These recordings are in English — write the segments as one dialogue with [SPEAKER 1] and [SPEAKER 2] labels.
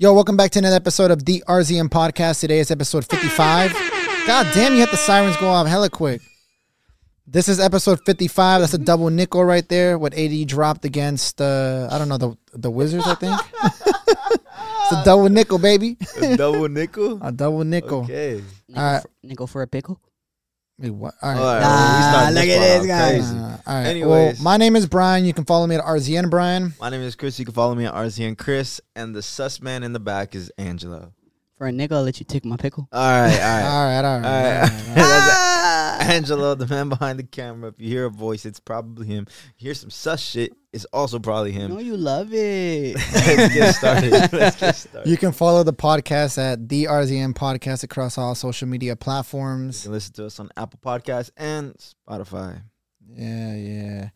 [SPEAKER 1] Yo, welcome back to another episode of the RZM podcast. Today is episode 55. God damn, you had the sirens go off hella quick. This is episode 55. That's a double nickel right there. What AD dropped against, uh, I don't know, the the Wizards, I think. it's a double nickel, baby.
[SPEAKER 2] A double nickel.
[SPEAKER 1] A double
[SPEAKER 3] Oh.
[SPEAKER 1] nickel.
[SPEAKER 2] Okay.
[SPEAKER 3] Nickel,
[SPEAKER 1] Alright.
[SPEAKER 3] for, nickel for a pickle.
[SPEAKER 1] Wait, what? All right.
[SPEAKER 2] All right,
[SPEAKER 3] Nah,
[SPEAKER 2] well, we started
[SPEAKER 3] look at
[SPEAKER 2] one
[SPEAKER 3] this
[SPEAKER 2] off
[SPEAKER 3] guy.
[SPEAKER 2] crazy.
[SPEAKER 1] Uh, all right.
[SPEAKER 2] Anyways.
[SPEAKER 1] Well, my name is Brian. You can follow me at RZN Brian.
[SPEAKER 2] My name is Chris. You can follow me at RZN Chris, and the sus man in the back is Angelo.
[SPEAKER 3] For a nickel, I'll let you take my pickle.
[SPEAKER 2] All right, all
[SPEAKER 1] All
[SPEAKER 2] right,
[SPEAKER 1] right, all right.
[SPEAKER 2] all
[SPEAKER 1] all
[SPEAKER 2] right.
[SPEAKER 1] right, all right.
[SPEAKER 2] That's Angelo, the man behind the camera. If you hear a voice, it's probably him. You hear some sus shit, it's also probably
[SPEAKER 3] No,
[SPEAKER 2] him.
[SPEAKER 3] you love it.
[SPEAKER 2] Let's get started. Let's get started.
[SPEAKER 1] You can follow the podcast at the RZN Podcast across all social media
[SPEAKER 2] You
[SPEAKER 1] platforms.
[SPEAKER 2] can listen to us on Apple Podcasts and Spotify.
[SPEAKER 1] Yeah, yeah.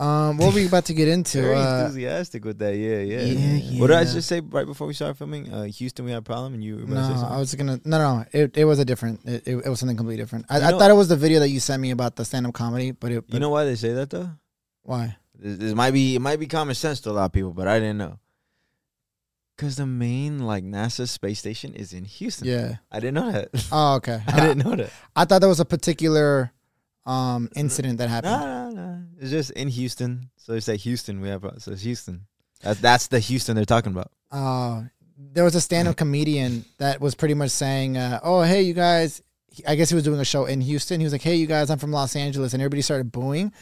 [SPEAKER 1] Um, what were we about to get into?
[SPEAKER 2] Very
[SPEAKER 1] Uh,
[SPEAKER 2] enthusiastic with that. Yeah, yeah.
[SPEAKER 3] Yeah,
[SPEAKER 2] What did I
[SPEAKER 1] yeah.
[SPEAKER 2] just say right before we started filming? Uh, Houston, we had a problem, and you were about
[SPEAKER 1] no,
[SPEAKER 2] to say
[SPEAKER 1] I
[SPEAKER 2] something.
[SPEAKER 1] was gonna. No, no, it, it was a different. It, it, it was something completely different. I,
[SPEAKER 2] You
[SPEAKER 1] I
[SPEAKER 2] know-
[SPEAKER 1] thought it was the video that you sent me about the stand up comedy, but it.
[SPEAKER 2] You know why they say that though?
[SPEAKER 1] why?
[SPEAKER 2] This, this might be it might be common sense to a lot of people, but I didn't know. Cause the main like NASA space station is in Houston.
[SPEAKER 1] Yeah.
[SPEAKER 2] I didn't know that.
[SPEAKER 1] Oh, okay.
[SPEAKER 2] I
[SPEAKER 1] I,
[SPEAKER 2] didn't know that.
[SPEAKER 1] I thought there was a particular um incident that happened.
[SPEAKER 2] No, no, no. It's just in Houston. So they say Houston. We have so it's Houston. That's that's the Houston they're talking about.
[SPEAKER 1] uh, there was a stand-up comedian that was pretty much saying, uh, "Oh, hey, you guys." he- I guess he was doing a show in Houston. He was like, "Hey, you guys, I'm from Los Angeles," and everybody started booing.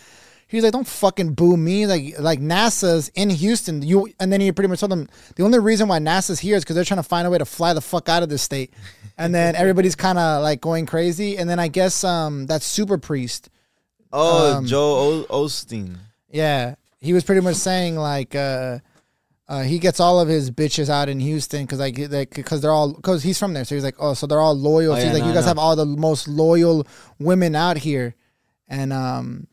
[SPEAKER 1] He was like, "Don't fucking boo me!" Like, like NASA's in Houston. You and then he pretty much told them the only reason why NASA's here is because they're trying to find a way to fly the fuck out of this state. And then everybody's kind of like going crazy. And then I guess um that super priest,
[SPEAKER 2] Oh,
[SPEAKER 1] Um,
[SPEAKER 2] Joe o- Osteen.
[SPEAKER 1] yeah, he was pretty much saying like uh, uh, he gets all of his bitches out in Houston because like because they're all because he's from there, so he's like oh so they're all loyal.
[SPEAKER 2] Oh,
[SPEAKER 1] so
[SPEAKER 2] yeah,
[SPEAKER 1] he's like
[SPEAKER 2] no,
[SPEAKER 1] you
[SPEAKER 2] I
[SPEAKER 1] guys
[SPEAKER 2] know.
[SPEAKER 1] have all the most loyal women out here, and um,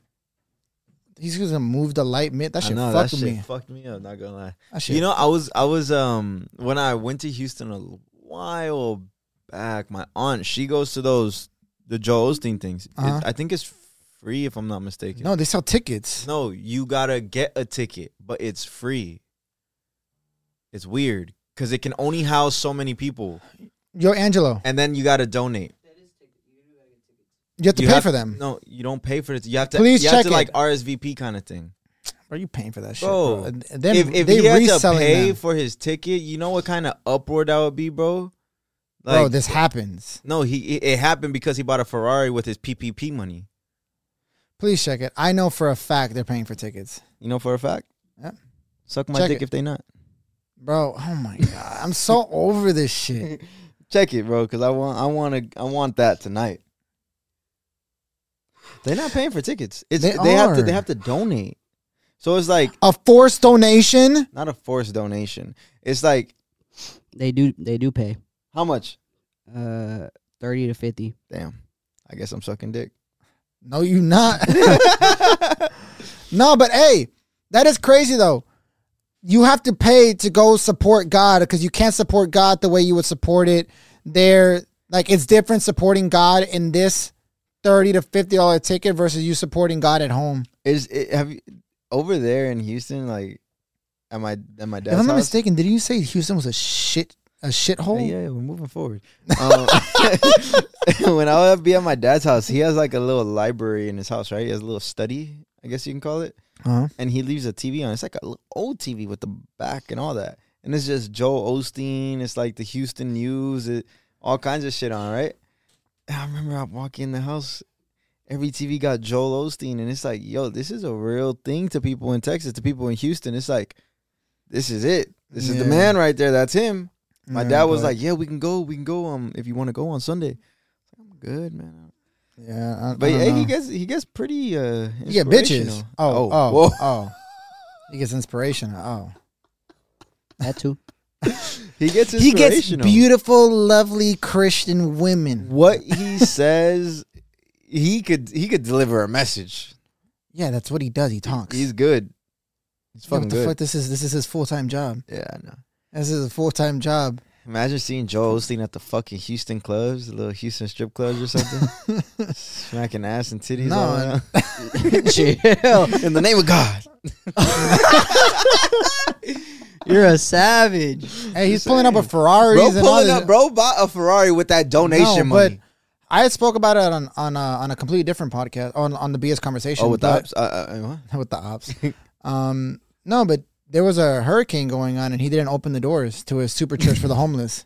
[SPEAKER 1] he's gonna move the light mid. That
[SPEAKER 2] I
[SPEAKER 1] shit
[SPEAKER 2] know,
[SPEAKER 1] fucked with
[SPEAKER 2] that shit
[SPEAKER 1] me.
[SPEAKER 2] fucked me up. Not gonna lie.
[SPEAKER 1] That shit.
[SPEAKER 2] You know, I was I was um when I went to Houston a while back, my aunt she goes to those the Joe Osteen things. It-
[SPEAKER 1] Uh-huh.
[SPEAKER 2] I think it's free if I'm not mistaken.
[SPEAKER 1] no, they sell tickets.
[SPEAKER 2] no, you gotta get a ticket, but it's free. It's weird because it can only house so many people,
[SPEAKER 1] Yo, Angelo,
[SPEAKER 2] and then you gotta donate.
[SPEAKER 1] you have to
[SPEAKER 2] you
[SPEAKER 1] pay
[SPEAKER 2] have-
[SPEAKER 1] for them.
[SPEAKER 2] No, you don't pay for it. You have to.
[SPEAKER 1] Please
[SPEAKER 2] you
[SPEAKER 1] check
[SPEAKER 2] have to like
[SPEAKER 1] it.
[SPEAKER 2] RSVP kind of thing.
[SPEAKER 1] Are you paying for that shit,
[SPEAKER 2] Bro,
[SPEAKER 1] bro? And Them,
[SPEAKER 2] if if
[SPEAKER 1] they
[SPEAKER 2] he had to
[SPEAKER 1] reselling
[SPEAKER 2] pay
[SPEAKER 1] them.
[SPEAKER 2] for his ticket, you know what kind of uproar that would be, bro.
[SPEAKER 1] bro, this happens.
[SPEAKER 2] No, he it, it happened because he bought a Ferrari with his PPP money.
[SPEAKER 1] Please check it. I know for a fact they're paying for tickets.
[SPEAKER 2] You know for a fact.
[SPEAKER 1] Yeah.
[SPEAKER 2] Suck my
[SPEAKER 1] Check
[SPEAKER 2] dick
[SPEAKER 1] it.
[SPEAKER 2] if they not.
[SPEAKER 1] Bro, oh my god, I'm so over this shit.
[SPEAKER 2] Check it, bro, because I want I want to I want that tonight. They're not paying for tickets. It's
[SPEAKER 1] They
[SPEAKER 2] they, have
[SPEAKER 1] are.
[SPEAKER 2] to they have to donate. So it's like
[SPEAKER 1] A forced donation?
[SPEAKER 2] not a forced donation. It's like
[SPEAKER 3] they do. They do pay.
[SPEAKER 2] how much?
[SPEAKER 3] Uh, thirty to fifty.
[SPEAKER 2] Damn. I guess I'm sucking dick.
[SPEAKER 1] No, you not. no, but hey, that is crazy though. You have to pay to go support God because you can't support God the way you would support it there. Like it's different supporting God in this thirty to fifty dollar ticket versus you supporting God at home.
[SPEAKER 2] Is it, have you over there in Houston? Like, at my at my dad's
[SPEAKER 1] if I'm not
[SPEAKER 2] house?
[SPEAKER 1] mistaken, did you say Houston was a shit a shithole?
[SPEAKER 2] Yeah, yeah, we're moving forward. Oh. Um, when I would be at my dad's house, he has like a little library in his house, right? He has a little study, I guess you can call it.
[SPEAKER 1] Uh-huh.
[SPEAKER 2] And he leaves a TV on. It's like an old TV with the back and all that. And it's just Joe Osteen. It's like the Houston News, it, all kinds of shit on, right? And I remember I walk in the house. Every TV got Joel Osteen, and it's like, yo, this is a real thing to people in Texas, to people in Houston. It's like, this is it. This is the
[SPEAKER 1] Yeah.
[SPEAKER 2] man right there. That's him. My
[SPEAKER 1] Yeah,
[SPEAKER 2] dad was
[SPEAKER 1] but-
[SPEAKER 2] like, "Yeah, we can go. We can go. Um, if you want to go on Sunday." I was like, I'm good, man.
[SPEAKER 1] "Yeah, I,
[SPEAKER 2] But
[SPEAKER 1] I don't
[SPEAKER 2] hey, he
[SPEAKER 1] know.
[SPEAKER 2] gets he gets pretty uh
[SPEAKER 1] Yeah, bitches.
[SPEAKER 2] inspirational.
[SPEAKER 1] Oh, oh,
[SPEAKER 2] whoa.
[SPEAKER 1] oh. He gets inspirational. Oh.
[SPEAKER 3] That too.
[SPEAKER 2] he gets
[SPEAKER 1] He gets
[SPEAKER 2] inspirational.
[SPEAKER 1] beautiful, lovely Christian women.
[SPEAKER 2] what he says, he could he could deliver a message.
[SPEAKER 1] Yeah, that's what he does. He talks.
[SPEAKER 2] He's good. He's
[SPEAKER 1] Yeah,
[SPEAKER 2] fucking
[SPEAKER 1] what the
[SPEAKER 2] good.
[SPEAKER 1] fuck? This is this is his full time job.
[SPEAKER 2] Yeah, I know.
[SPEAKER 1] This is a full time job.
[SPEAKER 2] Imagine seeing Joe Osteen at the fucking Houston clubs, the little Houston strip clubs or something, smacking ass and titties.
[SPEAKER 1] No,
[SPEAKER 2] all
[SPEAKER 1] and-
[SPEAKER 2] around.
[SPEAKER 3] Chill.
[SPEAKER 2] in the name of God.
[SPEAKER 3] You're a savage.
[SPEAKER 1] Hey, he's
[SPEAKER 2] Just
[SPEAKER 1] pulling up a
[SPEAKER 2] saying.
[SPEAKER 1] Ferrari.
[SPEAKER 2] Bro, pulling up, bro, bought a Ferrari with that donation
[SPEAKER 1] No,
[SPEAKER 2] money.
[SPEAKER 1] I had spoke about it on on a, on a completely different podcast on on the BS conversation.
[SPEAKER 2] Oh, with the
[SPEAKER 1] but-
[SPEAKER 2] ops? Uh, uh, uh, what?
[SPEAKER 1] with the ops. um, no, but there was a hurricane going on, and he didn't open the doors to his super church for the homeless.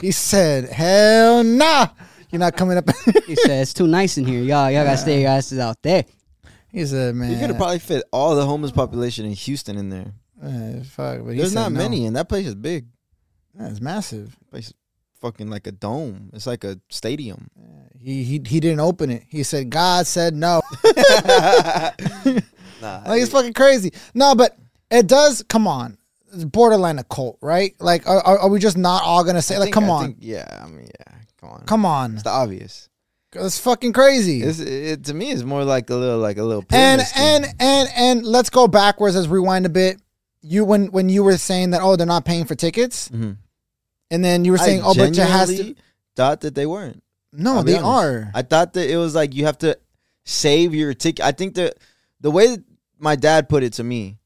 [SPEAKER 1] He said, "Hell nah, you're not coming up."
[SPEAKER 3] He said it's too nice in here. Y'all, y'all gotta stay your asses out there.
[SPEAKER 1] he said, "Man,
[SPEAKER 2] You could have probably fit all the homeless population in Houston in there.
[SPEAKER 1] uh, fuck." But he
[SPEAKER 2] There's
[SPEAKER 1] said
[SPEAKER 2] not
[SPEAKER 1] no.
[SPEAKER 2] many, and that place is big.
[SPEAKER 1] Yeah, it's massive.
[SPEAKER 2] That place is fucking like a dome. It's like a stadium.
[SPEAKER 1] He he he didn't open it. He said, "God said no."
[SPEAKER 2] Nah,
[SPEAKER 1] Like it's fucking crazy. No, but it does. Come on, it's borderline a cult, right? Like, are, are are we just not all gonna say,
[SPEAKER 2] I
[SPEAKER 1] like,
[SPEAKER 2] think-
[SPEAKER 1] come
[SPEAKER 2] I
[SPEAKER 1] on,
[SPEAKER 2] think- yeah, I mean, yeah, come on,
[SPEAKER 1] come on,
[SPEAKER 2] It's the obvious.
[SPEAKER 1] that's fucking crazy.
[SPEAKER 2] It's, it, to me, it's more like a little, like a little.
[SPEAKER 1] and
[SPEAKER 2] pyramid scheme.
[SPEAKER 1] and and and let's go backwards. Let's rewind a bit. You when when you were saying that oh they're not paying for tickets,
[SPEAKER 2] Mhm.
[SPEAKER 1] and then you were
[SPEAKER 2] I
[SPEAKER 1] saying oh but you has to
[SPEAKER 2] genuinely thought that they weren't.
[SPEAKER 1] no
[SPEAKER 2] I'll be
[SPEAKER 1] they
[SPEAKER 2] honest.
[SPEAKER 1] are
[SPEAKER 2] I thought that it was like you have to save your ticket. I think that the way that my dad put it to me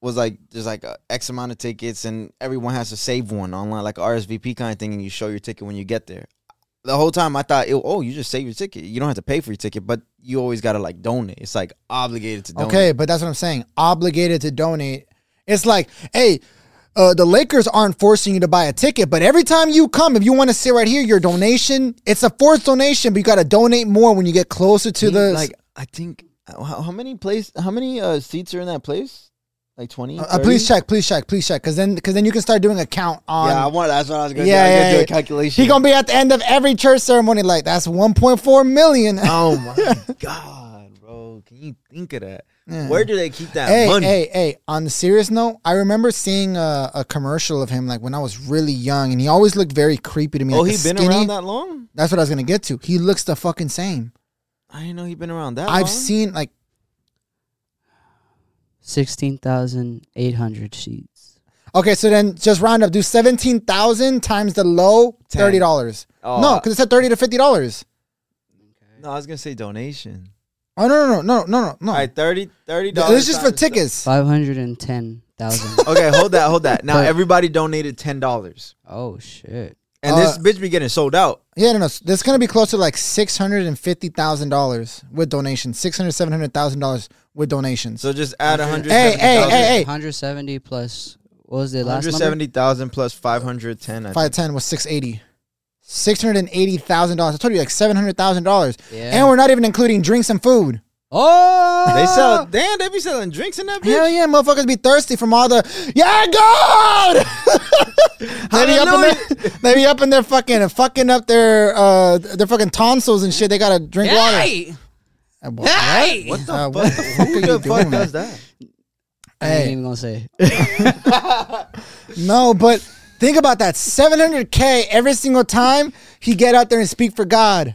[SPEAKER 2] was like there's like a X amount of tickets and everyone has to save one online, like a RSVP kind of thing, and you show your ticket when you get there. The whole time I thought, "Oh, oh, you just save your ticket. You don't have to pay for your ticket, but you always gotta like donate. It's like obligated to donate."
[SPEAKER 1] okay. But that's what I'm saying. Obligated to donate. It's like hey. Uh, the Lakers aren't forcing you to buy a ticket, but every time you come, if you want to sit right here, your donation, it's a forced donation, but you got to donate more when you get closer to
[SPEAKER 2] Think,
[SPEAKER 1] the.
[SPEAKER 2] like I think uh, how, how many place how many uh, seats are in that place? Like twenty.
[SPEAKER 1] Uh, please check, please check, please check, because then, because then you can start doing a count on.
[SPEAKER 2] Yeah, I want. That's what I was gonna
[SPEAKER 1] Yeah,
[SPEAKER 2] do. I was
[SPEAKER 1] yeah,
[SPEAKER 2] gonna do
[SPEAKER 1] yeah.
[SPEAKER 2] a calculation.
[SPEAKER 1] He gonna be at the end of every church ceremony like that's 1.4 million.
[SPEAKER 2] Oh my god, bro! Can you think of that?
[SPEAKER 1] Yeah.
[SPEAKER 2] Where do they keep that
[SPEAKER 1] hey,
[SPEAKER 2] money?
[SPEAKER 1] hey, hey! On the serious note, I remember seeing a, a commercial of him like when I was really young, and he always looked very creepy to me.
[SPEAKER 2] oh,
[SPEAKER 1] like,
[SPEAKER 2] he
[SPEAKER 1] the
[SPEAKER 2] been
[SPEAKER 1] skinny-
[SPEAKER 2] around that long?
[SPEAKER 1] That's what I was gonna get to. He looks the fucking same.
[SPEAKER 2] I didn't know he been around that. long.
[SPEAKER 1] I've seen like
[SPEAKER 3] Sixteen thousand eight hundred sheets.
[SPEAKER 1] okay, so then just round up, do seventeen thousand times the low,
[SPEAKER 2] Ten.
[SPEAKER 1] thirty dollars.
[SPEAKER 2] Oh,
[SPEAKER 1] no, because it said thirty to fifty dollars.
[SPEAKER 2] no, I was gonna say donation.
[SPEAKER 1] Oh no, no, no, no, no, no,
[SPEAKER 2] All
[SPEAKER 1] no.
[SPEAKER 2] right, 30 30 dollars.
[SPEAKER 1] This is just for tickets.
[SPEAKER 3] Five hundred and ten thousand.
[SPEAKER 2] okay, hold that, hold that. Now
[SPEAKER 3] But-
[SPEAKER 2] everybody donated ten dollars,
[SPEAKER 3] oh shit.
[SPEAKER 2] and
[SPEAKER 1] Uh,
[SPEAKER 2] this bitch be getting sold out.
[SPEAKER 1] Yeah, no, no. s- That's gonna be close to like six hundred and fifty thousand dollars with donations. Six hundred, seven hundred thousand dollars with donations.
[SPEAKER 2] So just add a hundred.
[SPEAKER 1] Hey, hey, hey, hey.
[SPEAKER 3] Hundred seventy plus. What was the last
[SPEAKER 2] Hundred
[SPEAKER 3] number?
[SPEAKER 2] seventy thousand plus five hundred ten.
[SPEAKER 1] Five ten was six eighty. Six hundred and eighty thousand dollars. I told you like seven hundred thousand dollars.
[SPEAKER 3] Yeah.
[SPEAKER 1] And we're not even including drinks and food.
[SPEAKER 3] Oh,
[SPEAKER 1] Ah!
[SPEAKER 2] They sell. Damn, they be selling drinks in that bitch.
[SPEAKER 1] Hell yeah, motherfuckers be thirsty from all the Yeah God They be
[SPEAKER 2] didn't
[SPEAKER 1] up in
[SPEAKER 2] know
[SPEAKER 1] their They be up in their fucking fucking up their uh their fucking tonsils and shit. They gotta drink water.
[SPEAKER 3] Hey!
[SPEAKER 1] Uh, wha-
[SPEAKER 3] Hey!
[SPEAKER 2] What the
[SPEAKER 1] Uh,
[SPEAKER 2] fuck?
[SPEAKER 1] what the fuck are
[SPEAKER 2] Who
[SPEAKER 1] you
[SPEAKER 2] the
[SPEAKER 1] doing,
[SPEAKER 2] fuck
[SPEAKER 1] man?
[SPEAKER 2] does that?
[SPEAKER 3] I ain't
[SPEAKER 1] Hey.
[SPEAKER 3] even gonna say.
[SPEAKER 1] No, but think about that. 700K every single time he get out there and speak for God.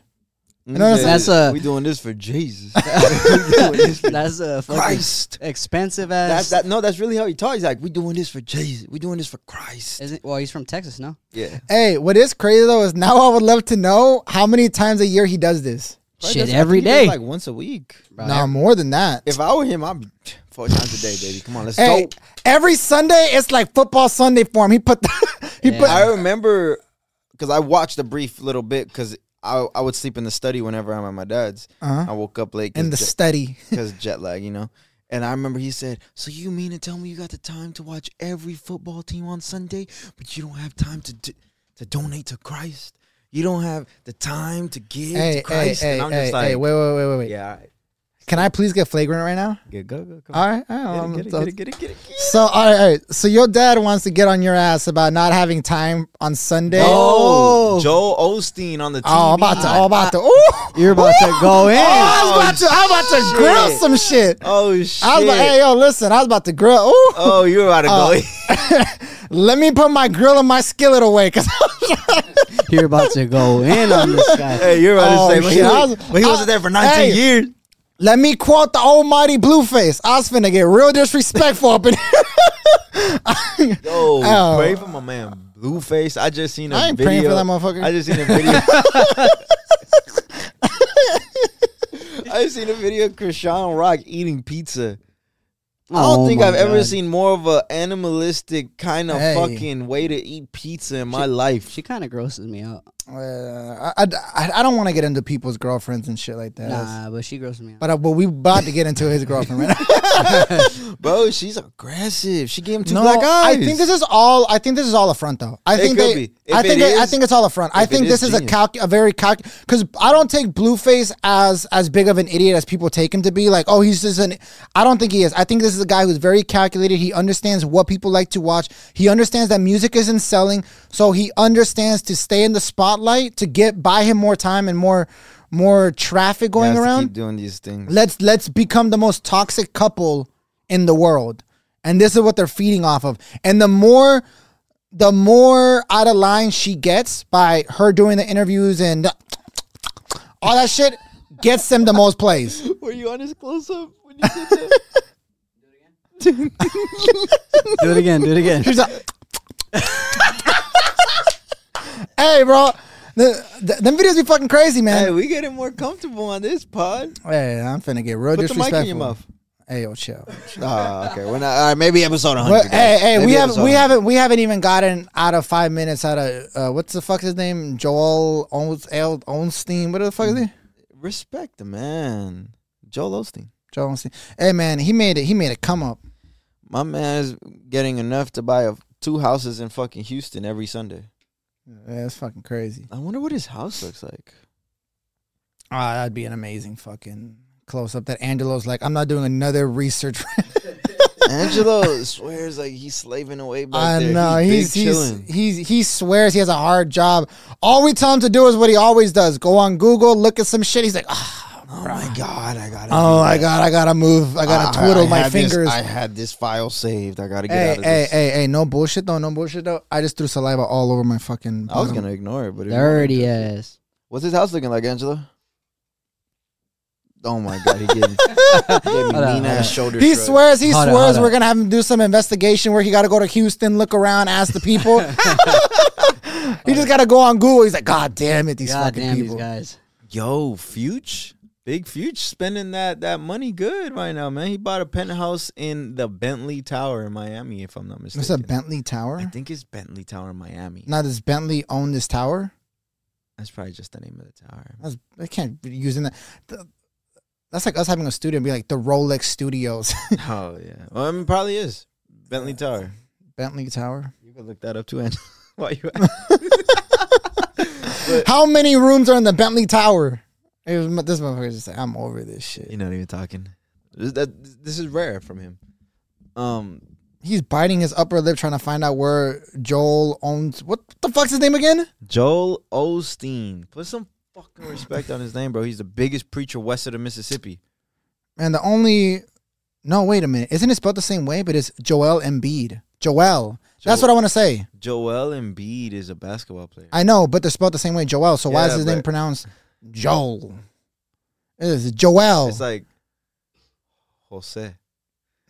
[SPEAKER 1] know what I'm
[SPEAKER 2] Yeah,
[SPEAKER 3] saying? That's a-
[SPEAKER 2] we doing this for Jesus. We doing this for
[SPEAKER 3] That's a fucking
[SPEAKER 2] Christ.
[SPEAKER 3] expensive ass.
[SPEAKER 2] That's that. No, that's really how he talks. He's like, we doing this for Jesus. We doing this for Christ.
[SPEAKER 3] Isn't well, he's from Texas, no?
[SPEAKER 2] Yeah.
[SPEAKER 1] Hey, what is crazy though is now I would love to know how many times a year he does this.
[SPEAKER 3] Shit, every day.
[SPEAKER 2] Like once a week.
[SPEAKER 3] Bro,
[SPEAKER 1] no, more than that.
[SPEAKER 2] If I were him, I'd be four times a day, baby. Come on, let's
[SPEAKER 1] hey,
[SPEAKER 2] go.
[SPEAKER 1] every Sunday it's like football Sunday for him. He put the, he
[SPEAKER 3] Yeah.
[SPEAKER 1] put
[SPEAKER 2] I remember because I watched a brief little bit because I, I would sleep in the study whenever I'm at my dad's.
[SPEAKER 1] Uh-huh.
[SPEAKER 2] I woke up late
[SPEAKER 1] in the study.
[SPEAKER 2] because jet lag, you know. And I remember he said, "So you mean to tell me you got the time to watch every football team on Sunday, but you don't have time to do, to donate to Christ? You don't have the time to give
[SPEAKER 1] Hey,
[SPEAKER 2] to
[SPEAKER 1] hey,
[SPEAKER 2] Christ?"
[SPEAKER 1] hey,
[SPEAKER 2] and I'm
[SPEAKER 1] hey,
[SPEAKER 2] just like,
[SPEAKER 1] hey, wait, wait, wait, wait, wait.
[SPEAKER 2] "Yeah, all right.
[SPEAKER 1] Can I please get flagrant right now?
[SPEAKER 2] Get, go, go, come
[SPEAKER 1] All right, all right,
[SPEAKER 2] on.
[SPEAKER 1] um,
[SPEAKER 2] Get it,
[SPEAKER 1] so-
[SPEAKER 2] get it, get it, get it, get it.
[SPEAKER 1] So, all right, all right. So your dad wants to get on your ass about not having time on Sunday.
[SPEAKER 2] Oh, Joel Osteen on the TV.
[SPEAKER 1] Oh, I'm about to, oh, I'm about to, ooh,
[SPEAKER 3] You're about to go
[SPEAKER 1] Oh,
[SPEAKER 3] in.
[SPEAKER 1] I was about to, I was about to grill
[SPEAKER 2] shit.
[SPEAKER 1] some shit.
[SPEAKER 2] Oh shit!
[SPEAKER 1] I was like, hey, yo, listen, I was about to grill. Ooh,
[SPEAKER 2] oh, you're about to
[SPEAKER 1] Oh.
[SPEAKER 2] go.
[SPEAKER 1] let me put my grill and my skillet away. Cause
[SPEAKER 3] You're about to go in on this guy.
[SPEAKER 2] hey, you're about
[SPEAKER 1] Oh,
[SPEAKER 2] to say, but he,
[SPEAKER 1] shit, I
[SPEAKER 2] was,
[SPEAKER 1] was-
[SPEAKER 2] but he wasn't
[SPEAKER 1] I-
[SPEAKER 2] there for 19
[SPEAKER 1] hey.
[SPEAKER 2] years.
[SPEAKER 1] let me quote the almighty Blueface. I was finna get real disrespectful up in here.
[SPEAKER 2] Yo,
[SPEAKER 1] Oh.
[SPEAKER 2] pray for my man Blueface. I just seen a
[SPEAKER 1] I ain't
[SPEAKER 2] video.
[SPEAKER 1] praying for that motherfucker.
[SPEAKER 2] I just seen a video. I just seen a video of Krishan Rock eating pizza. I don't
[SPEAKER 3] Oh
[SPEAKER 2] think
[SPEAKER 3] my
[SPEAKER 2] I've ever
[SPEAKER 3] God.
[SPEAKER 2] seen more of a animalistic kind of
[SPEAKER 1] Hey.
[SPEAKER 2] fucking way to eat pizza in my life.
[SPEAKER 3] She kind of grosses me out.
[SPEAKER 1] Uh, I, I, I don't want to get into people's girlfriends and shit like that.
[SPEAKER 3] Nah, but she grosses me out.
[SPEAKER 1] But uh, but we about to get into his girlfriend right now.
[SPEAKER 2] Bro, she's aggressive. She gave him two
[SPEAKER 1] no,
[SPEAKER 2] black eyes.
[SPEAKER 1] I think this is all. I think this is all a front, though. I
[SPEAKER 2] It
[SPEAKER 1] think
[SPEAKER 2] could
[SPEAKER 1] they.
[SPEAKER 2] be. If
[SPEAKER 1] I
[SPEAKER 2] it
[SPEAKER 1] think they- I
[SPEAKER 2] is-
[SPEAKER 1] think it's all a front. I
[SPEAKER 2] if it
[SPEAKER 1] think
[SPEAKER 2] is
[SPEAKER 1] this is a
[SPEAKER 2] genius.
[SPEAKER 1] calc, a very calc, because I don't take Blueface as as big of an idiot as people take him to be. Like, oh, he's just an. I don't think he is. I think this is a guy who's very calculated. He understands what people like to watch. He understands that music isn't selling, so he understands to stay in the spotlight to get buy him more time and more more traffic
[SPEAKER 2] He has
[SPEAKER 1] going
[SPEAKER 2] to
[SPEAKER 1] around.
[SPEAKER 2] keep doing these things.
[SPEAKER 1] let's let's become the most toxic couple in the world and this is what they're feeding off of and the more the more out of line she gets by her doing the interviews and all that shit gets them the most plays
[SPEAKER 2] Were you on his close up when you did that?
[SPEAKER 3] do it again. Do it again.
[SPEAKER 1] She's like, hey bro the, the, them videos be fucking crazy
[SPEAKER 2] hey,
[SPEAKER 1] man
[SPEAKER 2] we getting more comfortable on this pod.
[SPEAKER 1] hey, i'm finna get real
[SPEAKER 2] Put the mic
[SPEAKER 1] disrespectful
[SPEAKER 2] in your mouth.
[SPEAKER 1] hey yo chill
[SPEAKER 2] Ah, okay. We're not, all right, maybe episode 100.
[SPEAKER 1] Well, hey,
[SPEAKER 2] guys.
[SPEAKER 1] hey,
[SPEAKER 2] Maybe
[SPEAKER 1] we
[SPEAKER 2] uh,
[SPEAKER 1] have
[SPEAKER 2] episode
[SPEAKER 1] we
[SPEAKER 2] 100.
[SPEAKER 1] haven't we haven't even gotten out of five minutes out of uh, what's the fuck his name Joel Owens El- Onstein what the fuck
[SPEAKER 2] Hmm.
[SPEAKER 1] is he
[SPEAKER 2] Respect the man. Joel Osteen.
[SPEAKER 1] Joel Onstein hey man he made it he made it come up
[SPEAKER 2] My man is getting enough to buy a, two houses in fucking Houston every Sunday.
[SPEAKER 1] yeah, that's fucking crazy
[SPEAKER 2] I wonder what his house looks like.
[SPEAKER 1] ah that'd be an amazing fucking close up that Angelo's like I'm not doing another research
[SPEAKER 2] Angelo swears like he's slaving away back
[SPEAKER 1] I
[SPEAKER 2] there.
[SPEAKER 1] know he's
[SPEAKER 2] he's, big
[SPEAKER 1] he's,
[SPEAKER 2] chilling.
[SPEAKER 1] he's he swears he has a hard job all we tell him to do is what he always does go on Google look at some shit he's like ah
[SPEAKER 2] oh my god, I gotta.
[SPEAKER 1] oh my god I gotta move I gotta twiddle my
[SPEAKER 2] had this-
[SPEAKER 1] fingers
[SPEAKER 2] Ah, I had this file saved. I gotta get
[SPEAKER 1] Hey,
[SPEAKER 2] out of
[SPEAKER 1] hey,
[SPEAKER 2] this.
[SPEAKER 1] hey, hey, no bullshit though, no bullshit though. I just threw saliva all over my fucking.
[SPEAKER 2] I was
[SPEAKER 1] bottom.
[SPEAKER 2] gonna ignore it, but if you want-
[SPEAKER 3] Dirty ass.
[SPEAKER 2] what's his house looking like, Angelo? Oh my god, he gave me, he gave me
[SPEAKER 3] Hold on,
[SPEAKER 2] mean
[SPEAKER 3] hold on.
[SPEAKER 2] ass shoulder.
[SPEAKER 1] He
[SPEAKER 2] shrug.
[SPEAKER 1] swears, he
[SPEAKER 3] Hold on,
[SPEAKER 1] swears
[SPEAKER 3] hold on.
[SPEAKER 1] we're gonna have him do some investigation where he gotta go to Houston, look around, ask the people. he just gotta go on Google. He's like, God damn it, these
[SPEAKER 3] God
[SPEAKER 1] fucking
[SPEAKER 3] damn
[SPEAKER 1] people.
[SPEAKER 3] these guys.
[SPEAKER 2] Yo, Fuge, big Fuge, spending that that money good right now, man. He bought a penthouse in the Bentley Tower in Miami, if I'm not
[SPEAKER 1] What's a
[SPEAKER 2] mistaken.
[SPEAKER 1] Bentley Tower?
[SPEAKER 2] I think it's Bentley Tower in Miami.
[SPEAKER 1] Now does Bentley own this tower?
[SPEAKER 2] That's probably just the name of the tower.
[SPEAKER 1] That's, I can't be using that. The- that's like us having a studio and be like the Rolex Studios,
[SPEAKER 2] oh yeah, well, I mean, probably is Bentley Tower.
[SPEAKER 1] Bentley Tower.
[SPEAKER 2] You can look that up too, Angela. While you
[SPEAKER 1] How many rooms are in the Bentley Tower? It was, this motherfucker just like, I'm over this shit.
[SPEAKER 2] You're not even talking. This, that, this is rare from him. Um,
[SPEAKER 1] He's biting his upper lip trying to find out where Joel owns. What the fuck's his name again?
[SPEAKER 2] Joel Osteen. Put some fucking respect on his name, bro. He's the biggest preacher west of the Mississippi.
[SPEAKER 1] And the only. No, wait a minute. Isn't it spelled the same way? But it's Joel Embiid. Joel. That's
[SPEAKER 2] Joel-
[SPEAKER 1] what I want to say.
[SPEAKER 2] Joel Embiid is a basketball player.
[SPEAKER 1] I know, but they're spelled the same way, Joel. So why is
[SPEAKER 2] Yeah,
[SPEAKER 1] his name
[SPEAKER 2] but-
[SPEAKER 1] pronounced Joel? It is Joel.
[SPEAKER 2] It's like Jose.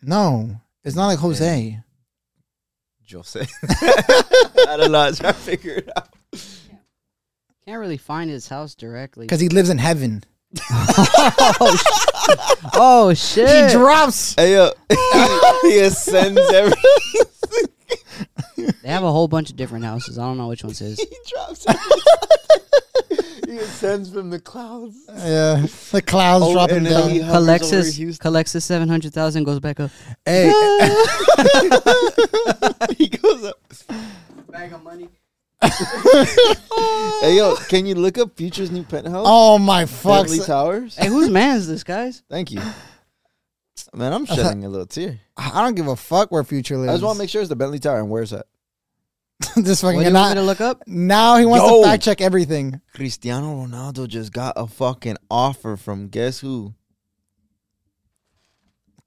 [SPEAKER 1] no, it's not like Jose.
[SPEAKER 2] Jose. I don't know. I was trying to figure it out.
[SPEAKER 3] Can't really find his house directly.
[SPEAKER 1] Because he lives in heaven.
[SPEAKER 3] Oh shit.
[SPEAKER 1] He drops.
[SPEAKER 2] Hey, yo. he ascends every.
[SPEAKER 3] they have a whole bunch of different houses. I don't know which one's his.
[SPEAKER 2] he drops every. he ascends from the clouds.
[SPEAKER 1] Yeah. The clouds
[SPEAKER 2] Oh,
[SPEAKER 1] dropping
[SPEAKER 2] and then
[SPEAKER 1] down.
[SPEAKER 2] he hovers
[SPEAKER 3] collects
[SPEAKER 2] over
[SPEAKER 3] his
[SPEAKER 2] Houston.
[SPEAKER 3] collects his seven hundred thousand, goes back up.
[SPEAKER 1] Hey,
[SPEAKER 2] he goes up.
[SPEAKER 3] Bag of money.
[SPEAKER 2] Hey yo, can you look up Future's new penthouse?
[SPEAKER 1] oh my
[SPEAKER 2] Bentley
[SPEAKER 1] fucks.
[SPEAKER 2] Towers.
[SPEAKER 3] Hey, whose man is this, guys?
[SPEAKER 2] Thank you. Man, I'm shedding a little tear.
[SPEAKER 1] I don't give a fuck where Future lives.
[SPEAKER 2] I just want to make sure it's the Bentley Tower and where's that?
[SPEAKER 1] this fucking
[SPEAKER 3] What do you
[SPEAKER 1] not-
[SPEAKER 3] want me to look up?
[SPEAKER 1] Now he wants
[SPEAKER 2] Yo.
[SPEAKER 1] to fact check everything.
[SPEAKER 2] Cristiano Ronaldo just got a fucking offer from guess who?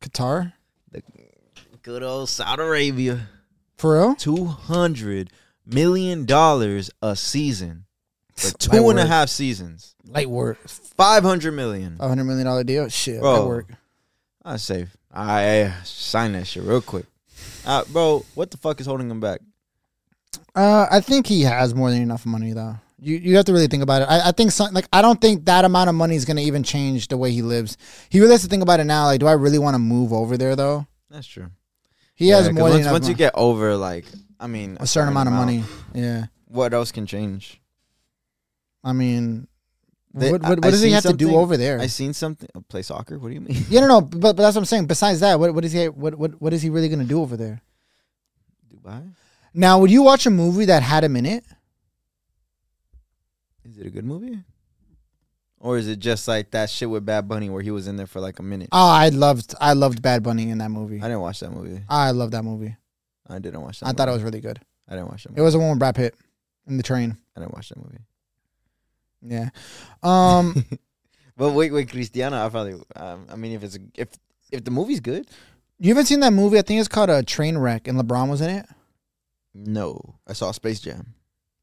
[SPEAKER 1] Qatar?
[SPEAKER 2] Good old Saudi Arabia.
[SPEAKER 1] For real?
[SPEAKER 2] Two hundred million dollars a season. For
[SPEAKER 1] Might
[SPEAKER 2] two and a
[SPEAKER 1] work.
[SPEAKER 2] half seasons.
[SPEAKER 1] Light work.
[SPEAKER 2] Five hundred million.
[SPEAKER 1] A hundred million dollar deal? Shit.
[SPEAKER 2] Bro.
[SPEAKER 1] Light Uh, work.
[SPEAKER 2] I say I, I sign that shit real quick. Uh, bro, what the fuck is holding him back?
[SPEAKER 1] Uh, I think he has more than enough money though. You you have to really think about it. I, I think some, like I don't think that amount of money is gonna even change the way he lives. He really has to think about it now. Like, do I really want to move over there though?
[SPEAKER 2] That's true.
[SPEAKER 1] He has
[SPEAKER 2] 'cause
[SPEAKER 1] more
[SPEAKER 2] Once,
[SPEAKER 1] than enough
[SPEAKER 2] once you
[SPEAKER 1] mo-
[SPEAKER 2] get over, like, I mean,
[SPEAKER 1] a certain amount of money. Yeah,
[SPEAKER 2] What else can change?
[SPEAKER 1] I mean,
[SPEAKER 2] They-
[SPEAKER 1] what
[SPEAKER 2] I-
[SPEAKER 1] what, what
[SPEAKER 2] I
[SPEAKER 1] does he
[SPEAKER 2] seen
[SPEAKER 1] have to do
[SPEAKER 2] something-
[SPEAKER 1] over there?
[SPEAKER 2] I seen something. uh, Play soccer? What do you mean?
[SPEAKER 1] yeah, no, no, but, but that's what I'm saying. Besides that, what what is he what what what is he really gonna do over there?
[SPEAKER 2] Dubai?
[SPEAKER 1] Now, would you watch a movie that had him in it?
[SPEAKER 2] Is it a good movie? Or is it just like that shit with Bad Bunny where he was in there for like a minute?
[SPEAKER 1] Oh, I loved I loved Bad Bunny in that movie.
[SPEAKER 2] I didn't watch that movie.
[SPEAKER 1] I love that movie.
[SPEAKER 2] I didn't watch that.
[SPEAKER 1] I thought it was
[SPEAKER 2] movie.
[SPEAKER 1] really good.
[SPEAKER 2] I didn't watch that.
[SPEAKER 1] It
[SPEAKER 2] Movie.
[SPEAKER 1] was the one with Brad Pitt in the train.
[SPEAKER 2] I didn't watch that movie.
[SPEAKER 1] Yeah. Um.
[SPEAKER 2] But wait, wait, Cristiano. I probably. Um, I mean, if it's if if the movie's good,
[SPEAKER 1] you haven't seen that movie? I think it's called a train wreck, and LeBron was in it.
[SPEAKER 2] no. I saw Space Jam.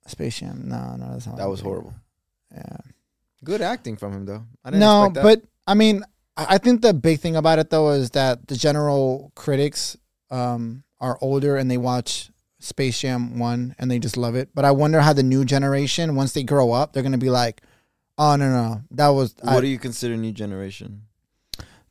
[SPEAKER 1] Space Jam. No, no, that's not.
[SPEAKER 2] That was horrible.
[SPEAKER 1] Yeah.
[SPEAKER 2] Good acting from him though. I didn't
[SPEAKER 1] No,
[SPEAKER 2] expect that.
[SPEAKER 1] but I mean, I I think the big thing about it though is that the general critics um, are older and they watch Space Jam One and they just love it. But I wonder how the new generation, once they grow up, they're gonna be like, "Oh no, no, that was I,
[SPEAKER 2] what do you consider new generation?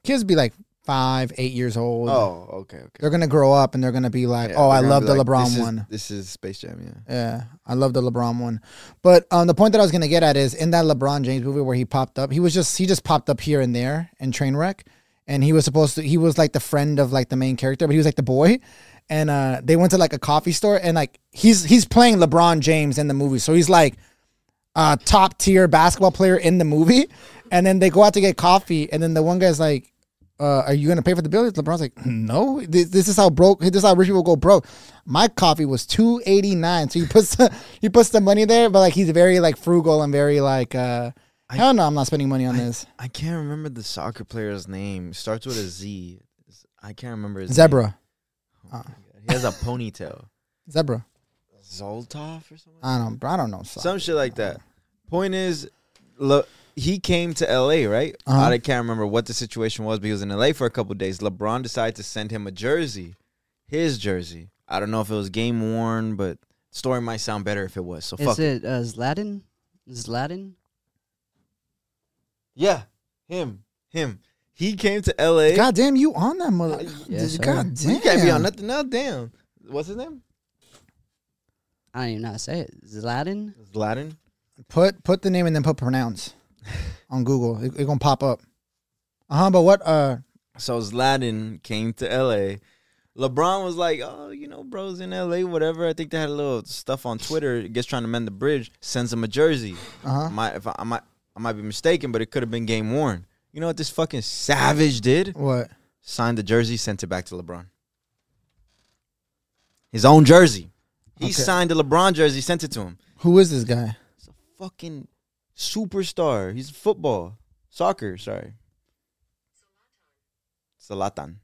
[SPEAKER 1] kids be like five, eight years old.
[SPEAKER 2] Oh, okay, okay.
[SPEAKER 1] They're gonna grow up and they're gonna be like,
[SPEAKER 2] Yeah,
[SPEAKER 1] "Oh,
[SPEAKER 2] they're
[SPEAKER 1] I
[SPEAKER 2] gonna
[SPEAKER 1] love
[SPEAKER 2] be
[SPEAKER 1] the
[SPEAKER 2] like,
[SPEAKER 1] LeBron
[SPEAKER 2] this is-
[SPEAKER 1] one."
[SPEAKER 2] This is Space Jam. Yeah.
[SPEAKER 1] Yeah, I love the LeBron one, but um, the point that I was gonna get at is in that LeBron James movie where he popped up, he was just he just popped up here and there in Trainwreck, and he was supposed to he was like the friend of like the main character, but he was like the boy, and uh, they went to like a coffee store and like he's he's playing LeBron James in the movie, so he's like uh, top tier basketball player in the movie, and then they go out to get coffee, and then the one guy's like, uh, "Are you gonna pay for the bill?" LeBron's like, "No, this, this is how broke. This is how rich people go broke. My coffee was two eighty nine, so he puts the, he puts the money there, but like he's very like frugal and very like, uh, hell no, I'm not spending money on this
[SPEAKER 2] I can't remember the soccer player's name. It starts with a Z. It's- I can't remember his name.
[SPEAKER 1] zebra,
[SPEAKER 2] Oh my God. He has a ponytail.
[SPEAKER 1] zebra.
[SPEAKER 2] Zoltov or something.
[SPEAKER 1] I don't, I don't know. Son.
[SPEAKER 2] Some shit like that. Point is, look, he came to L.A. Right?
[SPEAKER 1] Uh-huh.
[SPEAKER 2] I can't remember what the situation was, but he was in L.A. for a couple of days. LeBron decided to send him a jersey, his jersey. I don't know if it was game worn, but story might sound better if it was. So fuck
[SPEAKER 3] Is it uh, Zlatan? Zlatan?
[SPEAKER 2] Yeah, him, him. He came to L.A.
[SPEAKER 1] God damn, you on that mother?
[SPEAKER 3] Yes, sir.
[SPEAKER 1] God
[SPEAKER 2] Well,
[SPEAKER 1] damn,
[SPEAKER 2] you can't be on nothing else. Damn. What's his name?
[SPEAKER 3] I don't even know how to say it. Zlatan?
[SPEAKER 2] Latin.
[SPEAKER 1] Put put the name and then put pronounce on Google. It's it gonna pop up. Uh huh. But what? Uh,
[SPEAKER 2] So Zlatan came to LA. LeBron was like, "Oh, you know, bro's in LA, whatever." I think they had a little stuff on Twitter. I guess trying to mend the bridge. Sends him a jersey.
[SPEAKER 1] uh huh.
[SPEAKER 2] Might, if I, I might, I might be mistaken, but it could have been game worn. You know what this fucking savage did?
[SPEAKER 1] What?
[SPEAKER 2] Signed the jersey, sent it back to LeBron. His own jersey. He
[SPEAKER 1] Okay.
[SPEAKER 2] signed the LeBron jersey, sent it to him.
[SPEAKER 1] Who is this guy?
[SPEAKER 2] He's a fucking superstar. He's football, soccer. Sorry, Zlatan.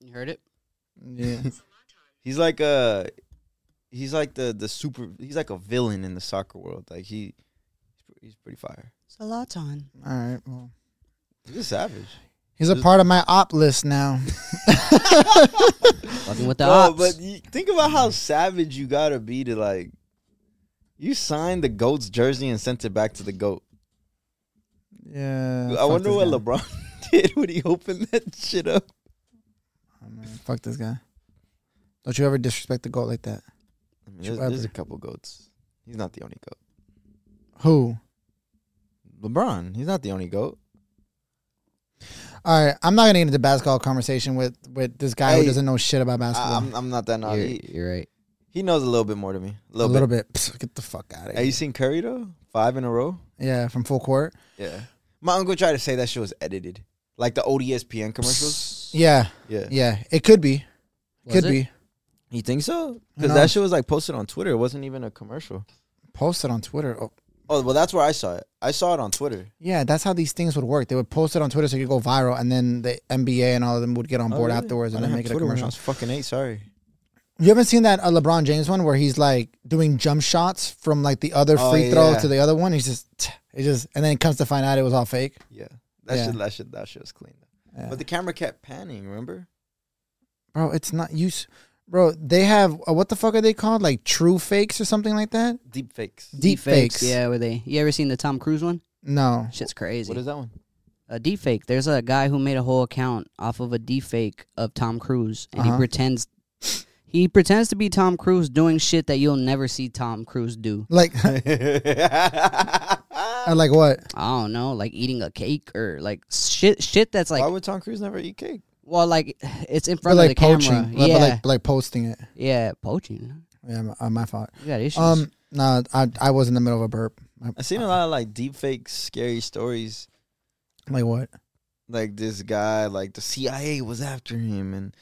[SPEAKER 3] You heard it?
[SPEAKER 1] Yeah.
[SPEAKER 2] He's like a, he's like the the super. He's like a villain in the soccer world. Like he, he's pretty fire.
[SPEAKER 3] Zlatan.
[SPEAKER 1] All right. Well,
[SPEAKER 2] He's a savage.
[SPEAKER 1] he's a
[SPEAKER 2] Just-
[SPEAKER 1] part of my op list now.
[SPEAKER 3] Fucking with the
[SPEAKER 2] No,
[SPEAKER 3] ops.
[SPEAKER 2] but you, think about how savage you gotta be to like. You signed the goat's jersey and sent it back to the goat.
[SPEAKER 1] Yeah.
[SPEAKER 2] I
[SPEAKER 1] fuck
[SPEAKER 2] wonder
[SPEAKER 1] this
[SPEAKER 2] what
[SPEAKER 1] guy.
[SPEAKER 2] LeBron did when he opened that shit up.
[SPEAKER 1] Oh, man, fuck this guy. Don't you ever disrespect the goat like that?
[SPEAKER 2] I mean, there's,
[SPEAKER 1] Rather.
[SPEAKER 2] there's a couple goats. He's not the only goat.
[SPEAKER 1] Who?
[SPEAKER 2] LeBron. He's not the only goat.
[SPEAKER 1] All right. I'm not gonna get into the basketball conversation with with this guy who
[SPEAKER 2] Hey,
[SPEAKER 1] doesn't know shit about basketball.
[SPEAKER 2] I, am I'm not that
[SPEAKER 3] you're,
[SPEAKER 2] naughty.
[SPEAKER 3] you're right.
[SPEAKER 2] He knows a little bit more than me. A
[SPEAKER 1] a
[SPEAKER 2] little,
[SPEAKER 1] little
[SPEAKER 2] bit.
[SPEAKER 1] bit. Psst, get the fuck out of
[SPEAKER 2] Have
[SPEAKER 1] here.
[SPEAKER 2] you seen Curry though? Five in a row.
[SPEAKER 1] Yeah, from full court.
[SPEAKER 2] Yeah. My uncle tried to say that shit was edited, like the E ODSPN commercials.
[SPEAKER 1] Yeah,
[SPEAKER 2] Yeah.
[SPEAKER 1] yeah. It could be.
[SPEAKER 3] Was
[SPEAKER 1] could
[SPEAKER 3] it?
[SPEAKER 1] be.
[SPEAKER 2] You think so?
[SPEAKER 1] No.
[SPEAKER 2] Because that shit was like posted on Twitter. It wasn't even a commercial.
[SPEAKER 1] Post it on Twitter. Oh,
[SPEAKER 2] Oh well, that's where I saw it. I saw it on Twitter.
[SPEAKER 1] yeah, that's how these things would work. They would post it on Twitter so it could go viral, and then the NBA and all of them would get on board afterwards and then make it a commercial.
[SPEAKER 2] Oh, I was fucking eight. Sorry.
[SPEAKER 1] You haven't seen that uh, LeBron James one where he's like doing jump shots from like the other
[SPEAKER 2] Oh,
[SPEAKER 1] free throw
[SPEAKER 2] yeah.
[SPEAKER 1] to the other one. He's just, it just, and then it comes to find out it was all fake.
[SPEAKER 2] Yeah. That
[SPEAKER 1] Yeah.
[SPEAKER 2] shit. That shit. That shit was clean.
[SPEAKER 1] Yeah.
[SPEAKER 2] But the camera kept panning. Remember?
[SPEAKER 1] Bro, it's not you. s- bro. They have uh, what the fuck are they called? Like true fakes or something like that?
[SPEAKER 2] Deep fakes.
[SPEAKER 1] Deep fakes.
[SPEAKER 3] Yeah, were they? You ever seen the Tom Cruise one?
[SPEAKER 1] No.
[SPEAKER 3] Shit's crazy.
[SPEAKER 2] What is that one?
[SPEAKER 3] a deep fake. There's a guy who made a whole account off of a deep fake of Tom Cruise, and
[SPEAKER 1] Uh-huh.
[SPEAKER 3] he pretends he pretends to be Tom Cruise doing shit that you'll never see Tom Cruise do.
[SPEAKER 1] Like,
[SPEAKER 2] Why
[SPEAKER 1] uh, like what?
[SPEAKER 3] I don't know, like eating a cake or like shit shit that's like
[SPEAKER 2] would Tom Cruise never eat cake?
[SPEAKER 3] well like it's in
[SPEAKER 1] But
[SPEAKER 3] front of the
[SPEAKER 1] like
[SPEAKER 3] camera.
[SPEAKER 1] poaching. Like,
[SPEAKER 3] Yeah,
[SPEAKER 1] but like like posting it.
[SPEAKER 3] yeah, poaching.
[SPEAKER 1] Yeah, my, uh, my fault.
[SPEAKER 3] You got issues.
[SPEAKER 1] Um, no, I I was in the middle of a burp. I-
[SPEAKER 2] I've seen a lot of like deep fake scary stories
[SPEAKER 1] Like what?
[SPEAKER 2] like this guy, like the CIA was after him, and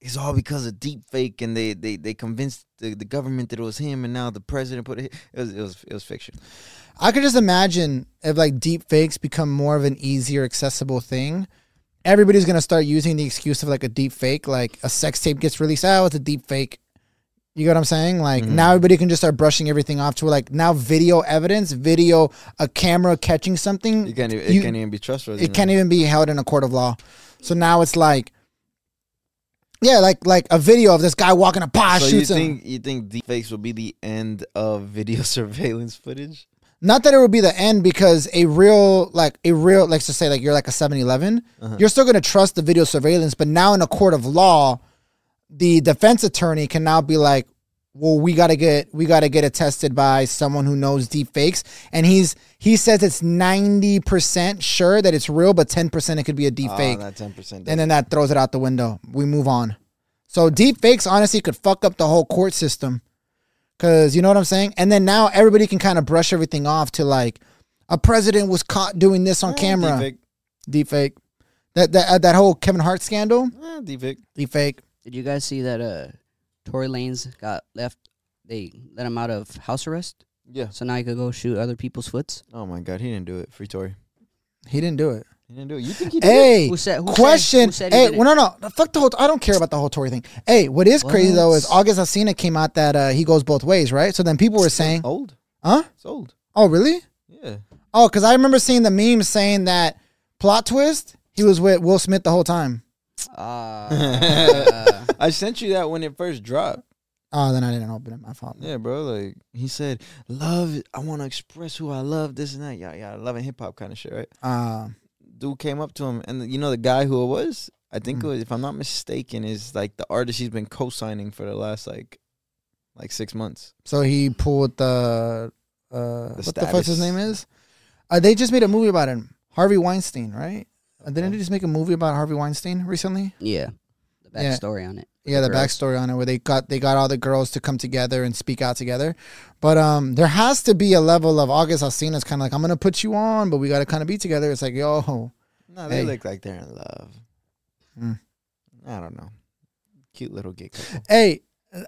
[SPEAKER 2] it's all because of deep fake, and they they they convinced the, the government that it was him, and now the president put it. It was it was, it was fiction.
[SPEAKER 1] I could just imagine if like deep fakes become more of an easier accessible thing. Everybody's gonna start using the excuse of like a deep fake, like a sex tape gets released. Oh, it's a deep fake. You get what I'm saying? Like
[SPEAKER 2] Mm-hmm.
[SPEAKER 1] now everybody can just start brushing everything off to like now video evidence, video a camera catching something.
[SPEAKER 2] You can't even, it
[SPEAKER 1] You-
[SPEAKER 2] can't even be trustworthy.
[SPEAKER 1] it
[SPEAKER 2] now.
[SPEAKER 1] can't even be held in a court of law. So now it's like, yeah, like like a video of this guy walking a pod
[SPEAKER 2] So you
[SPEAKER 1] shoots him.
[SPEAKER 2] think you think deep fakes will be the end of video surveillance footage?
[SPEAKER 1] not that it would be the end because a real like a real like to say like you're like a 7-eleven you're still going to trust the video surveillance but now in a court of law the defense attorney can now be like well we got to get we got to get it tested by someone who knows deep fakes and he's he says it's 90% sure that it's real but 10% it could be a deep fake
[SPEAKER 2] not Ah, ten percent.
[SPEAKER 1] and then that throws it out the window. We move on. So deep fakes honestly could fuck up the whole court system. Cause you know what I'm saying? And then now everybody can kind of brush everything off to like a president was caught doing this
[SPEAKER 2] Eh,
[SPEAKER 1] on camera. Deep fake. That that uh, that whole Kevin Hart scandal,
[SPEAKER 2] deep fake.
[SPEAKER 1] deep fake.
[SPEAKER 3] Did you guys see that uh Tory Lanez got left they let him out of house arrest?
[SPEAKER 2] Yeah.
[SPEAKER 3] So now he could go shoot other people's foots?
[SPEAKER 2] Oh my god, he didn't do it. Free Tory.
[SPEAKER 1] He didn't do it.
[SPEAKER 2] He didn't do it. You think he did?
[SPEAKER 1] Hey,
[SPEAKER 3] Who said- who said-
[SPEAKER 1] question.
[SPEAKER 3] who said he
[SPEAKER 1] hey,
[SPEAKER 3] did it?
[SPEAKER 1] well, no, no, fuck the whole. I don't care about the whole Tory thing. Hey, what is crazy though is
[SPEAKER 3] What?
[SPEAKER 1] August Alsina came out that uh, he goes both ways, right? So then people were saying,
[SPEAKER 2] Old.
[SPEAKER 1] huh?
[SPEAKER 2] It's old.
[SPEAKER 1] Oh, really?
[SPEAKER 2] Yeah.
[SPEAKER 1] Oh, because I remember seeing the meme saying that plot twist. He was with Will Smith the whole time.
[SPEAKER 3] Uh,
[SPEAKER 2] I sent you that when it first dropped.
[SPEAKER 1] Oh, then I didn't open it. My fault.
[SPEAKER 2] Yeah, bro. Like he said, love. I want to express who I love. This and that. Yeah, yeah. Love and hip hop kind of shit, right?
[SPEAKER 1] Uh,
[SPEAKER 2] Dude came up to him, and you know the guy who it was. I think it was, if I'm not mistaken, is like the artist he's been co-signing for the last like, like six months.
[SPEAKER 1] so he pulled the uh, what the fuck his
[SPEAKER 2] status.
[SPEAKER 1] name is? Uh, they just made a movie about him, Harvey Weinstein, right? Uh, Didn't they just make a movie about Harvey Weinstein recently?
[SPEAKER 3] yeah. The
[SPEAKER 1] Yeah.
[SPEAKER 3] backstory on it.
[SPEAKER 1] Yeah, the
[SPEAKER 3] Girls.
[SPEAKER 1] backstory on it where they got they got all the girls to come together and speak out together. But um, there has to be a level of August Alsina's kind of like I'm gonna put you on, but we gotta kind of be together. It's like yo,
[SPEAKER 2] No, they
[SPEAKER 1] Hey.
[SPEAKER 2] look like they're in love. Hmm.
[SPEAKER 1] Mm.
[SPEAKER 2] I don't know. Cute little gay couple.
[SPEAKER 1] Hey,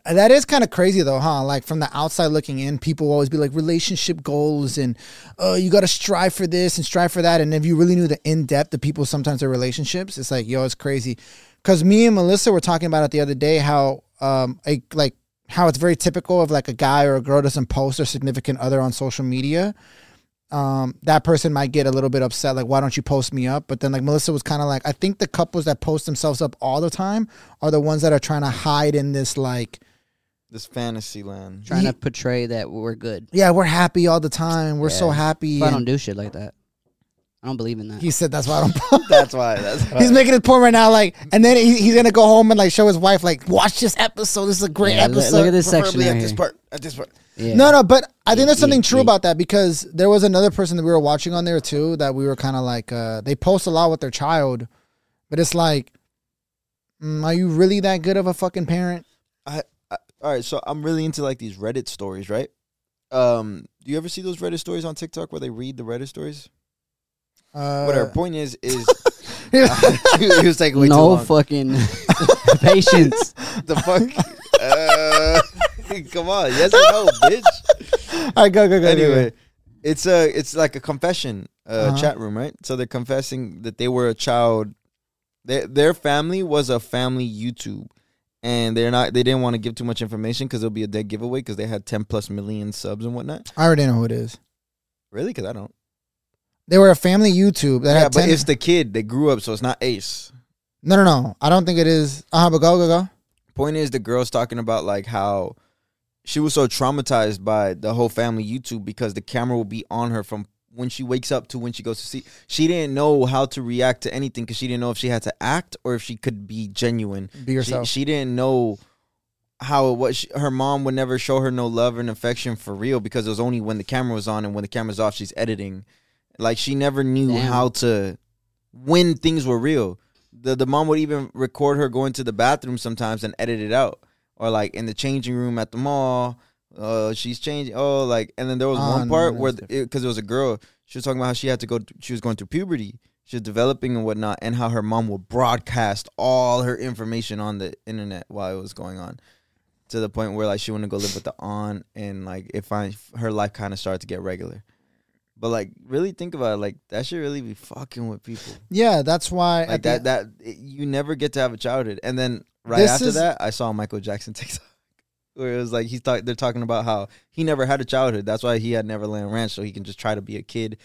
[SPEAKER 1] that is kind of crazy though, huh? Like from the outside looking in, people always be like relationship goals and oh, you got to strive for this and strive for that. And if you really knew the in depth of people sometimes their relationships, it's like yo, it's crazy. Because me and Melissa were talking about it the other day how um a, like how it's very typical of like a guy or a girl doesn't post their significant other on social media um, that person might get a little bit upset, like, why don't you post me up? But then, like, Melissa was kind of like, I think the couples that post themselves up all the time are the ones that are trying to hide in this, like,
[SPEAKER 2] This fantasy land.
[SPEAKER 3] Trying
[SPEAKER 1] Ye-
[SPEAKER 3] to portray that we're good.
[SPEAKER 1] yeah, we're happy all the time. We're so
[SPEAKER 3] Yeah.
[SPEAKER 1] happy.
[SPEAKER 3] But I don't
[SPEAKER 1] And
[SPEAKER 3] do shit like that. I don't believe in that.
[SPEAKER 1] he said, that's why I don't.
[SPEAKER 2] that's why. That's why.
[SPEAKER 1] He's making his point right now, like, and then he, he's gonna go home and like show his wife, like, watch this episode. This is a great
[SPEAKER 3] Yeah, look-
[SPEAKER 1] episode.
[SPEAKER 3] look at this section
[SPEAKER 2] Preferably
[SPEAKER 3] right
[SPEAKER 2] at this
[SPEAKER 3] here.
[SPEAKER 2] part. At this part.
[SPEAKER 3] Yeah.
[SPEAKER 1] No, no, but I think there's something
[SPEAKER 3] yeah,
[SPEAKER 1] true
[SPEAKER 3] yeah.
[SPEAKER 1] about that because there was another person that we were watching on there too that we were kind of like, uh, they post a lot with their child, but it's like, mm, are you really that good of a fucking parent?
[SPEAKER 2] I, I all right, so I'm really into like these Reddit stories, right? Um, do you ever see those Reddit stories on TikTok where they read the Reddit stories?
[SPEAKER 1] Uh,
[SPEAKER 2] what our point is is he was taking way
[SPEAKER 3] no
[SPEAKER 2] too long.
[SPEAKER 3] fucking patience.
[SPEAKER 2] the fuck. Uh, come on, yes or no, bitch.
[SPEAKER 1] All right, go, go, go.
[SPEAKER 2] Anyway, it's a it's like a confession uh,
[SPEAKER 1] Uh-huh.
[SPEAKER 2] chat room, right? So they're confessing that they were a child. Their their family was a family YouTube, and they're not. They didn't want to give too much information because it'll be a dead giveaway because they had ten plus million subs and whatnot.
[SPEAKER 1] I already know who it is.
[SPEAKER 2] Really? Because I don't.
[SPEAKER 1] They were a family YouTube that
[SPEAKER 2] yeah,
[SPEAKER 1] had
[SPEAKER 2] but
[SPEAKER 1] 10.
[SPEAKER 2] it's the kid that grew up, so it's not Ace.
[SPEAKER 1] no, no, no. I don't think it is. Uh huh, Uh-huh, but go, go, go.
[SPEAKER 2] Point is, the girl's talking about like how she was so traumatized by the whole family YouTube because the camera will be on her from when she wakes up to when she goes to sleep. She didn't know how to react to anything because she didn't know if she had to act or if she could be genuine.
[SPEAKER 1] Be yourself.
[SPEAKER 2] She, she didn't know how it was. She, her mom would never show her no love and affection for real because it was only when the camera was on and when the camera's off, she's editing. Like she never knew
[SPEAKER 3] Damn.
[SPEAKER 2] how to when things were real. The the mom would even record her going to the bathroom sometimes and edit it out, or like in the changing room at the mall. Uh, she's changing. Oh, like and then there was
[SPEAKER 1] Oh,
[SPEAKER 2] one
[SPEAKER 1] no,
[SPEAKER 2] part
[SPEAKER 1] no,
[SPEAKER 2] where
[SPEAKER 1] that's different.
[SPEAKER 2] because it was a girl, she was talking about how she had to go. She was going through puberty. She was developing and whatnot, and how her mom would broadcast all her information on the internet while it was going on, to the point where like she wanted to go live with the aunt, and like it find her life kind of started to get regular. But like, really think about it. Like that should really be fucking with people.
[SPEAKER 1] yeah, that's why.
[SPEAKER 2] Like
[SPEAKER 1] at
[SPEAKER 2] that.
[SPEAKER 1] the-
[SPEAKER 2] That it- you never get to have a childhood. And then right
[SPEAKER 1] This
[SPEAKER 2] after
[SPEAKER 1] is-
[SPEAKER 2] that, I saw Michael Jackson TikTok where it was like he's talk, they're talking about how he never had a childhood. That's why he had Neverland Ranch, so he can just try to be a kid,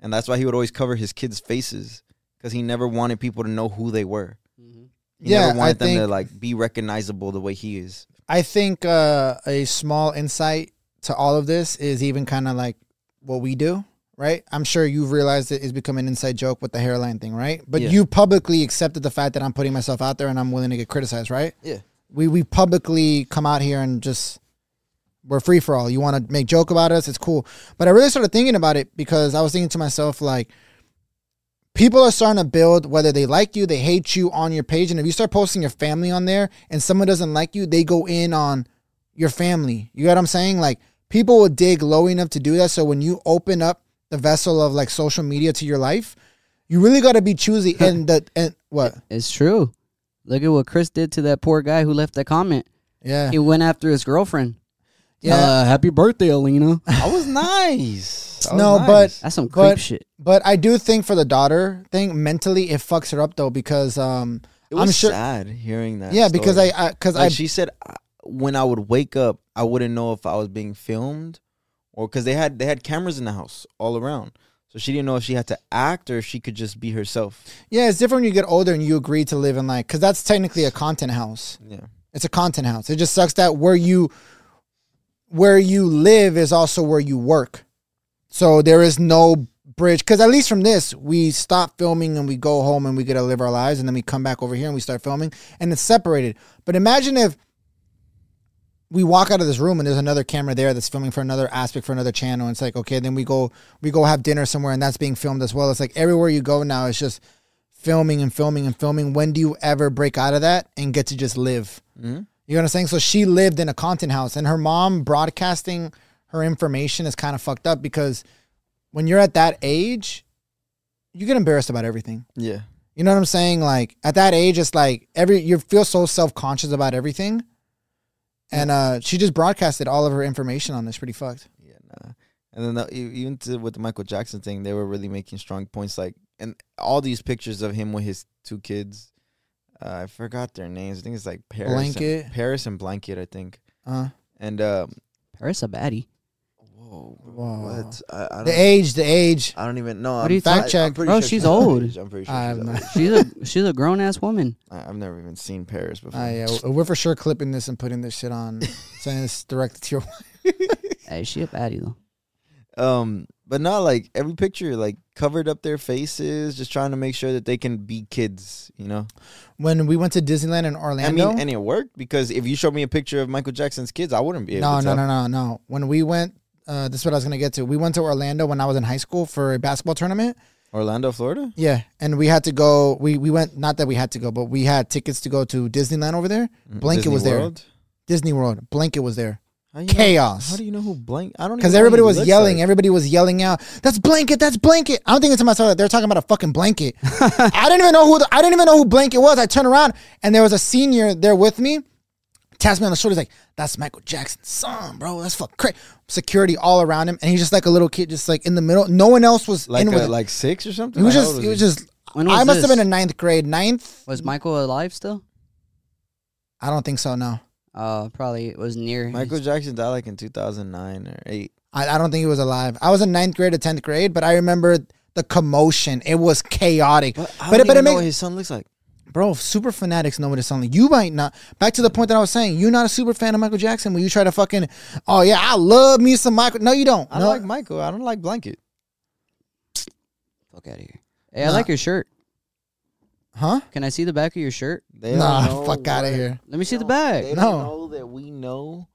[SPEAKER 2] and that's why he would always cover his kids' faces because he never wanted people to know who they were.
[SPEAKER 3] Mhm.
[SPEAKER 2] He
[SPEAKER 1] yeah,
[SPEAKER 2] never
[SPEAKER 1] I
[SPEAKER 2] wanted them
[SPEAKER 1] think
[SPEAKER 2] to like be recognizable the way he is.
[SPEAKER 1] I think uh, a small insight to all of this is even kind of like what we do, right? I'm sure you've realized it is become an inside joke with the hairline thing, right? But
[SPEAKER 2] Yeah.
[SPEAKER 1] you publicly accepted the fact that I'm putting myself out there and I'm willing to get criticized, right?
[SPEAKER 2] Yeah.
[SPEAKER 1] We we publicly come out here and just we're free for all. You want to make joke about us, it's cool. But I really started thinking about it because I was thinking to myself like people are starting to build whether they like you they hate you on your page and if you start posting your family on there and someone doesn't like you they go in on your family you know what i'm saying like people will dig low enough to do that so when you open up the vessel of like social media to your life you really got to be choosy and the and what
[SPEAKER 3] It's true. Look at what Chris did to that poor guy who left that comment.
[SPEAKER 1] yeah
[SPEAKER 3] He went after his girlfriend.
[SPEAKER 1] Yeah.
[SPEAKER 3] Uh, happy birthday, Alina.
[SPEAKER 2] I was nice. I was
[SPEAKER 1] No, but-
[SPEAKER 2] nice.
[SPEAKER 3] That's some creep
[SPEAKER 1] But-
[SPEAKER 3] shit.
[SPEAKER 1] but i do think for the daughter thing mentally it fucks her up though because um
[SPEAKER 2] it was
[SPEAKER 1] i'm sure
[SPEAKER 2] sad hearing that.
[SPEAKER 1] yeah because
[SPEAKER 2] story.
[SPEAKER 1] i because i,
[SPEAKER 2] Like
[SPEAKER 1] 'cause
[SPEAKER 2] she said, I- when I would wake up, I wouldn't know if I was being filmed, or because they had they had cameras in the house all around, so she didn't know if she had to act or if she could just be herself.
[SPEAKER 1] I yeah it's different when you get older and you agree to live in like because that's technically a content house
[SPEAKER 2] Yeah,
[SPEAKER 1] It's a content house. It just sucks that where you where you live is also where you work. So there is no bridge cuz at least from this we stop filming and we go home and we get to live our lives and then we come back over here and we start filming and it's separated. But imagine if we walk out of this room and there's another camera there that's filming for another aspect for another channel and it's like okay then we go we go have dinner somewhere and that's being filmed as well. It's like everywhere you go now it's just filming and filming and filming. When do you ever break out of that and get to just live?
[SPEAKER 2] Mm-hmm.
[SPEAKER 1] You know what I'm saying? So she lived in a content house, and her mom broadcasting her information is kind of fucked up because when you're at that age, you get embarrassed about everything.
[SPEAKER 2] yeah.
[SPEAKER 1] You know what I'm saying? Like at that age, it's like every you feel so self conscious about everything. And uh, she just broadcasted all of her information on this. Pretty fucked.
[SPEAKER 2] Yeah, nah. And then the, e- even to, with the Michael Jackson thing, they were really making strong points. Like, and all these pictures of him with his two kids, uh, I forgot their names. I think it's like Paris,
[SPEAKER 1] Blanket.
[SPEAKER 2] and, Paris and Blanket. I think.
[SPEAKER 1] Uh,
[SPEAKER 2] And um,
[SPEAKER 3] Paris a baddie.
[SPEAKER 2] whoa, bro,
[SPEAKER 1] Whoa.
[SPEAKER 2] what? I, I
[SPEAKER 1] the
[SPEAKER 2] don't-
[SPEAKER 1] age, the age.
[SPEAKER 2] I don't even know.
[SPEAKER 3] What do you
[SPEAKER 2] I'm-
[SPEAKER 1] Fact
[SPEAKER 2] I-
[SPEAKER 1] check.
[SPEAKER 2] I'm pretty
[SPEAKER 3] Bro,
[SPEAKER 2] sure
[SPEAKER 3] she's old.
[SPEAKER 2] age. I'm pretty sure.
[SPEAKER 1] I'm
[SPEAKER 2] she's
[SPEAKER 1] not-
[SPEAKER 2] old.
[SPEAKER 3] She's a she's a grown ass woman.
[SPEAKER 2] I- I've never even seen Paris before.
[SPEAKER 1] Uh, yeah, we're for sure clipping this and putting this shit on, sending this directly to your.
[SPEAKER 3] Hey, she a baddie though.
[SPEAKER 2] Um, but not like every picture like covered up their faces, just trying to make sure that they can be kids. You know,
[SPEAKER 1] When we went to Disneyland in Orlando,
[SPEAKER 2] I mean, and it worked because if you showed me a picture of Michael Jackson's kids, I wouldn't be able.
[SPEAKER 1] No,
[SPEAKER 2] to
[SPEAKER 1] no,
[SPEAKER 2] tell.
[SPEAKER 1] no, no, no. When we went, uh, this is what I was gonna get to. We went to Orlando when I was in high school for a basketball tournament.
[SPEAKER 2] Orlando, Florida.
[SPEAKER 1] Yeah, and we had to go. We we went. Not that we had to go, but we had tickets to go to Disneyland over there. Blanket
[SPEAKER 2] Mm, Disney
[SPEAKER 1] was there.
[SPEAKER 2] World?
[SPEAKER 1] Disney World. Blanket was there.
[SPEAKER 2] How you know- how
[SPEAKER 1] Chaos.
[SPEAKER 2] do you know who blank? I don't
[SPEAKER 1] Because
[SPEAKER 2] even know
[SPEAKER 1] everybody
[SPEAKER 2] who he
[SPEAKER 1] was
[SPEAKER 2] looks
[SPEAKER 1] yelling.
[SPEAKER 2] like.
[SPEAKER 1] Everybody was yelling out, "That's blanket. That's blanket." I'm thinking to myself that they're talking about a fucking blanket. I didn't even know who the, I didn't even know who blanket was. I turned around and there was a senior there with me. taps me on the shoulder. He's like, "That's Michael Jackson's son, bro. That's fuck crazy." Security all around him, and he's just like a little kid, just like in the middle. No one else was
[SPEAKER 2] like
[SPEAKER 1] in
[SPEAKER 2] uh,
[SPEAKER 1] with. Like,
[SPEAKER 2] like six or something.
[SPEAKER 1] he was
[SPEAKER 2] Like, how
[SPEAKER 1] just.
[SPEAKER 2] old
[SPEAKER 1] He was
[SPEAKER 2] he?
[SPEAKER 1] just.
[SPEAKER 3] When was
[SPEAKER 1] I must have
[SPEAKER 3] this?
[SPEAKER 1] been in ninth grade. Ninth?
[SPEAKER 3] Was Michael alive still?
[SPEAKER 1] I don't think so. No,
[SPEAKER 3] Uh, probably it was near.
[SPEAKER 2] Michael Jackson died like in two thousand nine or eight.
[SPEAKER 1] I, I don't think he was alive. I was in ninth grade or tenth grade, but I remember the commotion. It was chaotic.
[SPEAKER 2] But, I
[SPEAKER 1] But
[SPEAKER 2] don't
[SPEAKER 1] it- but
[SPEAKER 2] even
[SPEAKER 1] it
[SPEAKER 2] know
[SPEAKER 1] makes-
[SPEAKER 2] what his son looks like.
[SPEAKER 1] Bro, super fanatics know what it sounds like. You might not. Back to the point that I was saying, you're not a super fan of Michael Jackson. When you try to fucking, oh yeah, I love me some Michael. No, you don't.
[SPEAKER 2] I
[SPEAKER 1] no,
[SPEAKER 2] don't like Michael. I don't like Blanket.
[SPEAKER 3] Fuck out of here. Hey, I
[SPEAKER 1] Nah.
[SPEAKER 3] like your shirt.
[SPEAKER 1] huh?
[SPEAKER 3] Can I see the back of your shirt?
[SPEAKER 2] They
[SPEAKER 1] nah,
[SPEAKER 2] don't know
[SPEAKER 1] fuck out of
[SPEAKER 2] what-
[SPEAKER 1] here.
[SPEAKER 3] Let me see the
[SPEAKER 2] don't-
[SPEAKER 3] back.
[SPEAKER 2] They
[SPEAKER 1] No.
[SPEAKER 2] don't know that we know.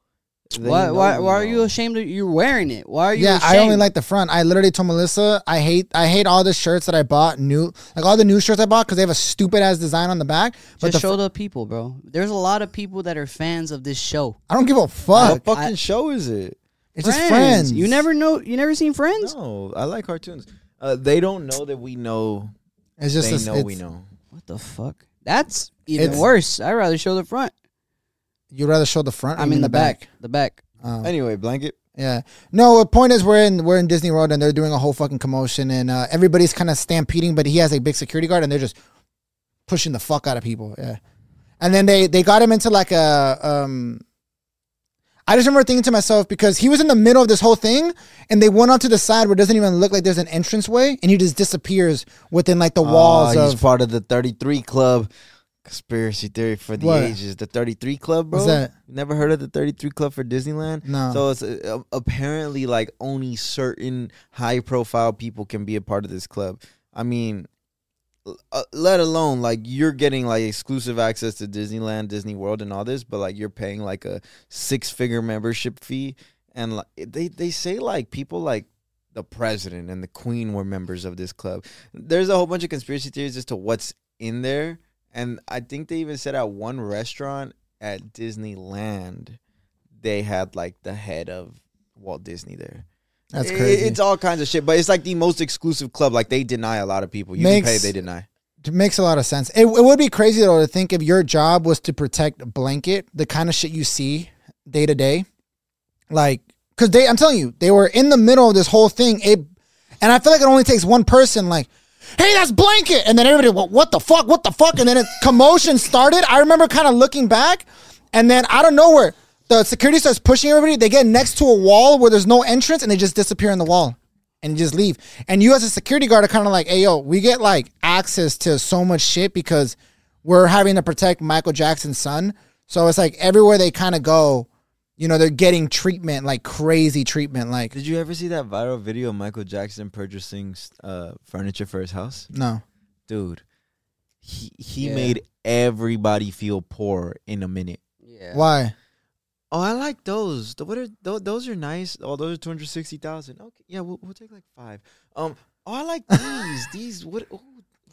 [SPEAKER 2] They
[SPEAKER 3] Why?
[SPEAKER 2] know
[SPEAKER 3] Why?
[SPEAKER 2] we
[SPEAKER 3] Why are
[SPEAKER 2] know.
[SPEAKER 3] you ashamed that you're wearing it? Why are you?
[SPEAKER 1] yeah,
[SPEAKER 3] ashamed?
[SPEAKER 1] I only like the front. I literally told Melissa, I hate, I hate all the shirts that I bought new, like all the new shirts I bought because they have a stupid ass design on the back. But the
[SPEAKER 3] Just
[SPEAKER 1] fr-
[SPEAKER 3] show the people, bro. There's a lot of people that are fans of this show.
[SPEAKER 1] I don't give a
[SPEAKER 2] What
[SPEAKER 1] fuck.
[SPEAKER 2] fucking show is it?
[SPEAKER 1] It's just friends.
[SPEAKER 3] You never know. You never seen Friends?
[SPEAKER 2] No, I like cartoons. Uh, they don't know that we know.
[SPEAKER 1] It's just
[SPEAKER 2] they
[SPEAKER 1] a-
[SPEAKER 2] know we
[SPEAKER 1] it's-
[SPEAKER 2] know.
[SPEAKER 3] What the fuck? That's even
[SPEAKER 1] It's-
[SPEAKER 3] worse. I'd rather show the front.
[SPEAKER 1] You'd rather show the front. or
[SPEAKER 3] I
[SPEAKER 1] you
[SPEAKER 3] mean the back. The back.
[SPEAKER 1] Oh.
[SPEAKER 2] Anyway, blanket.
[SPEAKER 1] Yeah. No, the point is we're in we're in Disney World and they're doing a whole fucking commotion and uh, everybody's kind of stampeding, but he has a big security guard and they're just pushing the fuck out of people. Yeah. And then they they got him into like a um. I just remember thinking to myself because he was in the middle of this whole thing and they went onto the side where it doesn't even look like there's an entranceway and he just disappears within like the walls
[SPEAKER 2] Ah, he's
[SPEAKER 1] of
[SPEAKER 2] part of the 33 Club. Conspiracy theory for the
[SPEAKER 1] What?
[SPEAKER 2] ages. The 33 Club, bro.
[SPEAKER 1] What's that?
[SPEAKER 2] Never heard of the 33 Club for Disneyland?
[SPEAKER 1] No.
[SPEAKER 2] So it's uh, apparently like only certain high profile people can be a part of this club. I mean, uh, let alone like you're getting like exclusive access to Disneyland, Disney World, and all this, but like you're paying like a six figure membership fee, and like they they say like people like the president and the queen were members of this club. There's a whole bunch of conspiracy theories as to what's in there, and I think they even said at one restaurant at Disneyland they had like the head of Walt Disney there.
[SPEAKER 1] that's
[SPEAKER 2] It-
[SPEAKER 1] crazy.
[SPEAKER 2] it's all kinds of shit, but it's like the most exclusive club. Like they deny a lot of people. You
[SPEAKER 1] Makes-
[SPEAKER 2] can pay, they deny.
[SPEAKER 1] It makes a lot of sense. It, it would be crazy though to think if your job was to protect blanket, the kind of shit you see day to day, like because they, I'm telling you, they were in the middle of this whole thing. It, and I feel like it only takes one person, like, hey, that's blanket, and then everybody, well, what the fuck, what the fuck, and then a commotion started. I remember kind of looking back, and then out of nowhere, the security starts pushing everybody. They get next to a wall where there's no entrance, and they just disappear in the wall and just leave. And you as a security guard are kind of like, hey, yo, we get like access to so much shit because we're having to protect Michael Jackson's son. So it's like everywhere they kind of go, you know, they're getting treatment, like crazy treatment. Like,
[SPEAKER 2] Did you ever see that viral video of Michael Jackson purchasing uh, furniture for his house?
[SPEAKER 1] no.
[SPEAKER 2] Dude, he he
[SPEAKER 3] Yeah.
[SPEAKER 2] made everybody feel poor in a minute.
[SPEAKER 3] Yeah.
[SPEAKER 1] Why?
[SPEAKER 2] Oh, I like those. The- What are tho- those? Are nice. Oh, those are two hundred sixty thousand. Okay, yeah, we'll, we'll take like five. Um, oh, I like these. these what? Oh,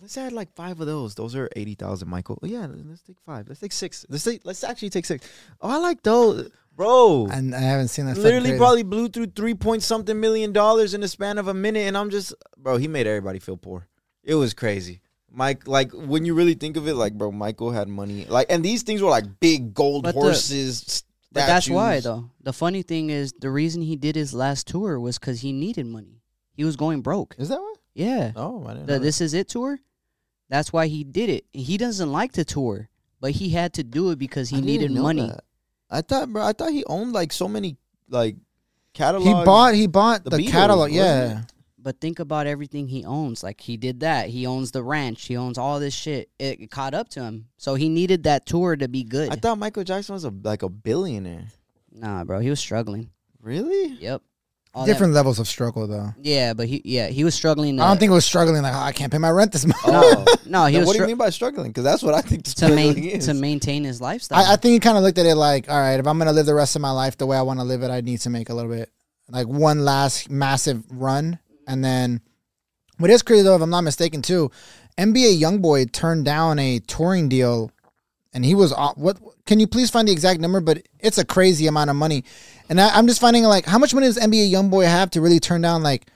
[SPEAKER 2] let's add like five of those. Those are eighty thousand, Michael. Oh, yeah, let's take five. Let's take six. Let's take, let's actually take six. Oh, I like those, bro.
[SPEAKER 1] And I haven't seen that. fucking
[SPEAKER 2] Literally,
[SPEAKER 1] crazy.
[SPEAKER 2] probably blew through three point something million dollars in the span of a minute, and I'm just, bro. He made everybody feel poor. It was crazy. Mike, like when you really think of it, like bro, Michael had money, like, and these things were like big gold
[SPEAKER 3] But the-
[SPEAKER 2] horses. statues.
[SPEAKER 3] But that's why, though. The funny thing is, the reason he did his last tour was because he needed money. He was going broke.
[SPEAKER 2] Is that what?
[SPEAKER 3] Yeah.
[SPEAKER 2] Oh, I didn't.
[SPEAKER 3] The This Is It tour, that's why he did it. He doesn't like to tour, but he had to do it because he needed money.
[SPEAKER 2] I thought, bro. I thought he owned like so many like catalogs.
[SPEAKER 1] He bought. He bought the,
[SPEAKER 2] The Beatles,
[SPEAKER 1] catalog.
[SPEAKER 2] wasn't
[SPEAKER 1] Yeah.
[SPEAKER 3] But think about everything he owns. Like, he did that. He owns the ranch. He owns all this shit. It caught up to him. So he needed that tour to be good.
[SPEAKER 2] I thought Michael Jackson was a like a billionaire.
[SPEAKER 3] nah, bro. He was struggling.
[SPEAKER 2] Really?
[SPEAKER 3] Yep. All that-
[SPEAKER 1] Different levels of struggle, though.
[SPEAKER 3] yeah, but he yeah he was struggling. To,
[SPEAKER 1] I don't think it was struggling. Like, oh, I can't pay my rent this month.
[SPEAKER 3] no no he
[SPEAKER 2] Now,
[SPEAKER 3] was
[SPEAKER 2] what do you
[SPEAKER 3] str-
[SPEAKER 2] mean by struggling? Because that's what I think.
[SPEAKER 3] to
[SPEAKER 2] Struggling
[SPEAKER 3] main,
[SPEAKER 2] is.
[SPEAKER 3] to maintain his lifestyle.
[SPEAKER 1] I, I think he kind of looked at it like, all right, if I'm gonna live the rest of my life the way I want to live it, I need to make a little bit like one last massive run, and then what is crazy though, if I'm not mistaken, too, NBA YoungBoy turned down a touring deal, and he was off, what? Can you please find the exact number? But it's a crazy amount of money, and I, I'm just finding like how much money does NBA YoungBoy have to really turn down like.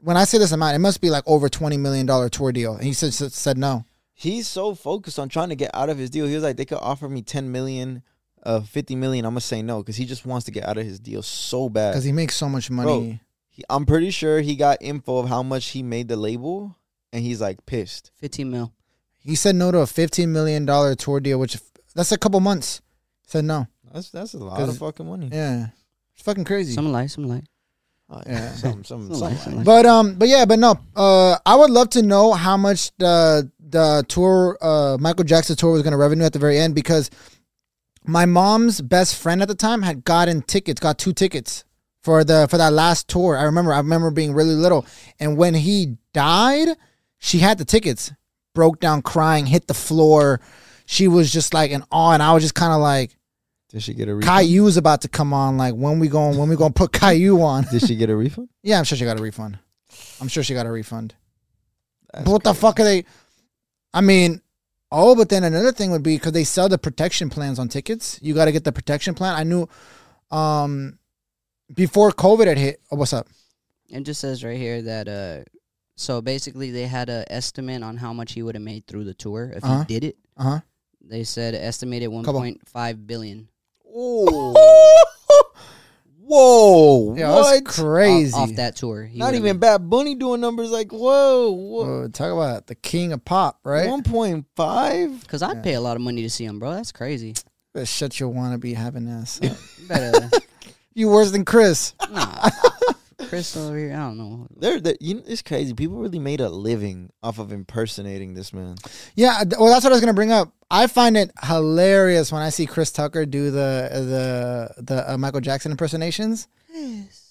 [SPEAKER 1] When I say this amount, it must be like over twenty million dollar tour deal, and he said said no.
[SPEAKER 2] he's so focused on trying to get out of his deal. He was like, they could offer me 10 million, uh, 50 million. I'm gonna say no because he just wants to get out of his deal so bad.
[SPEAKER 1] because he makes so much money.
[SPEAKER 2] Bro, He- I'm pretty sure he got info of how much he made the label, and he's like pissed.
[SPEAKER 3] fifteen mil.
[SPEAKER 1] He said no to a fifteen million dollar tour deal, which that's a couple months. Said no.
[SPEAKER 2] That's that's a lot
[SPEAKER 1] 'Cause-
[SPEAKER 2] of fucking money.
[SPEAKER 1] Yeah, it's fucking crazy.
[SPEAKER 3] Some light, some light.
[SPEAKER 2] I Uh,
[SPEAKER 1] Yeah.
[SPEAKER 2] Some, some,
[SPEAKER 3] Something like-
[SPEAKER 2] some.
[SPEAKER 3] something like-
[SPEAKER 1] But um, but yeah, but no. Uh, I would love to know how much the the tour, uh, Michael Jackson tour was going to revenue at the very end because my mom's best friend at the time had gotten tickets, got two tickets for the for that last tour. I remember, I remember being really little, and when he died, she had the tickets, broke down crying, hit the floor. She was just like in awe, and I was just kind of like,
[SPEAKER 2] Did she get a refund?
[SPEAKER 1] Caillou's about to come on. Like, when we going? When we going to put Caillou on?
[SPEAKER 2] Did she get a refund?
[SPEAKER 1] Yeah, I'm sure she got a refund. I'm sure she got a refund.
[SPEAKER 2] That's
[SPEAKER 1] but what the fuck are they? I mean, oh, but then another thing would be because they sell the protection plans on tickets. You got to get the protection plan. I knew, um, before COVID had hit. Oh, what's up?
[SPEAKER 3] It just says right here that uh, so basically they had a estimate on how much he would have made through the tour if
[SPEAKER 1] Uh-huh.
[SPEAKER 3] he did it.
[SPEAKER 1] Uh huh.
[SPEAKER 3] They said estimated one
[SPEAKER 1] Couple.
[SPEAKER 3] point five billion
[SPEAKER 2] Oh. whoa.
[SPEAKER 1] Yeah,
[SPEAKER 2] what?
[SPEAKER 1] that's crazy.
[SPEAKER 3] Off, off that tour. He
[SPEAKER 2] Not
[SPEAKER 3] would've
[SPEAKER 2] even
[SPEAKER 3] made-
[SPEAKER 2] Bad Bunny doing numbers like, whoa, whoa.
[SPEAKER 1] Whoa, Oh, talk about the king of pop, right?
[SPEAKER 2] 1.5?
[SPEAKER 3] Cause I'd pay a lot of money to see him, bro. That's crazy.
[SPEAKER 1] That shit you want to be having ass.
[SPEAKER 3] You Better uh,
[SPEAKER 1] you worse than Chris.
[SPEAKER 3] nah. Chris over here, I don't know.
[SPEAKER 2] They're, they you know, it's crazy. People really made a living off of impersonating this man.
[SPEAKER 1] Yeah. th- Well, that's what I was gonna bring up. I find it hilarious when I see Chris Tucker do the the the uh, Michael Jackson impersonations.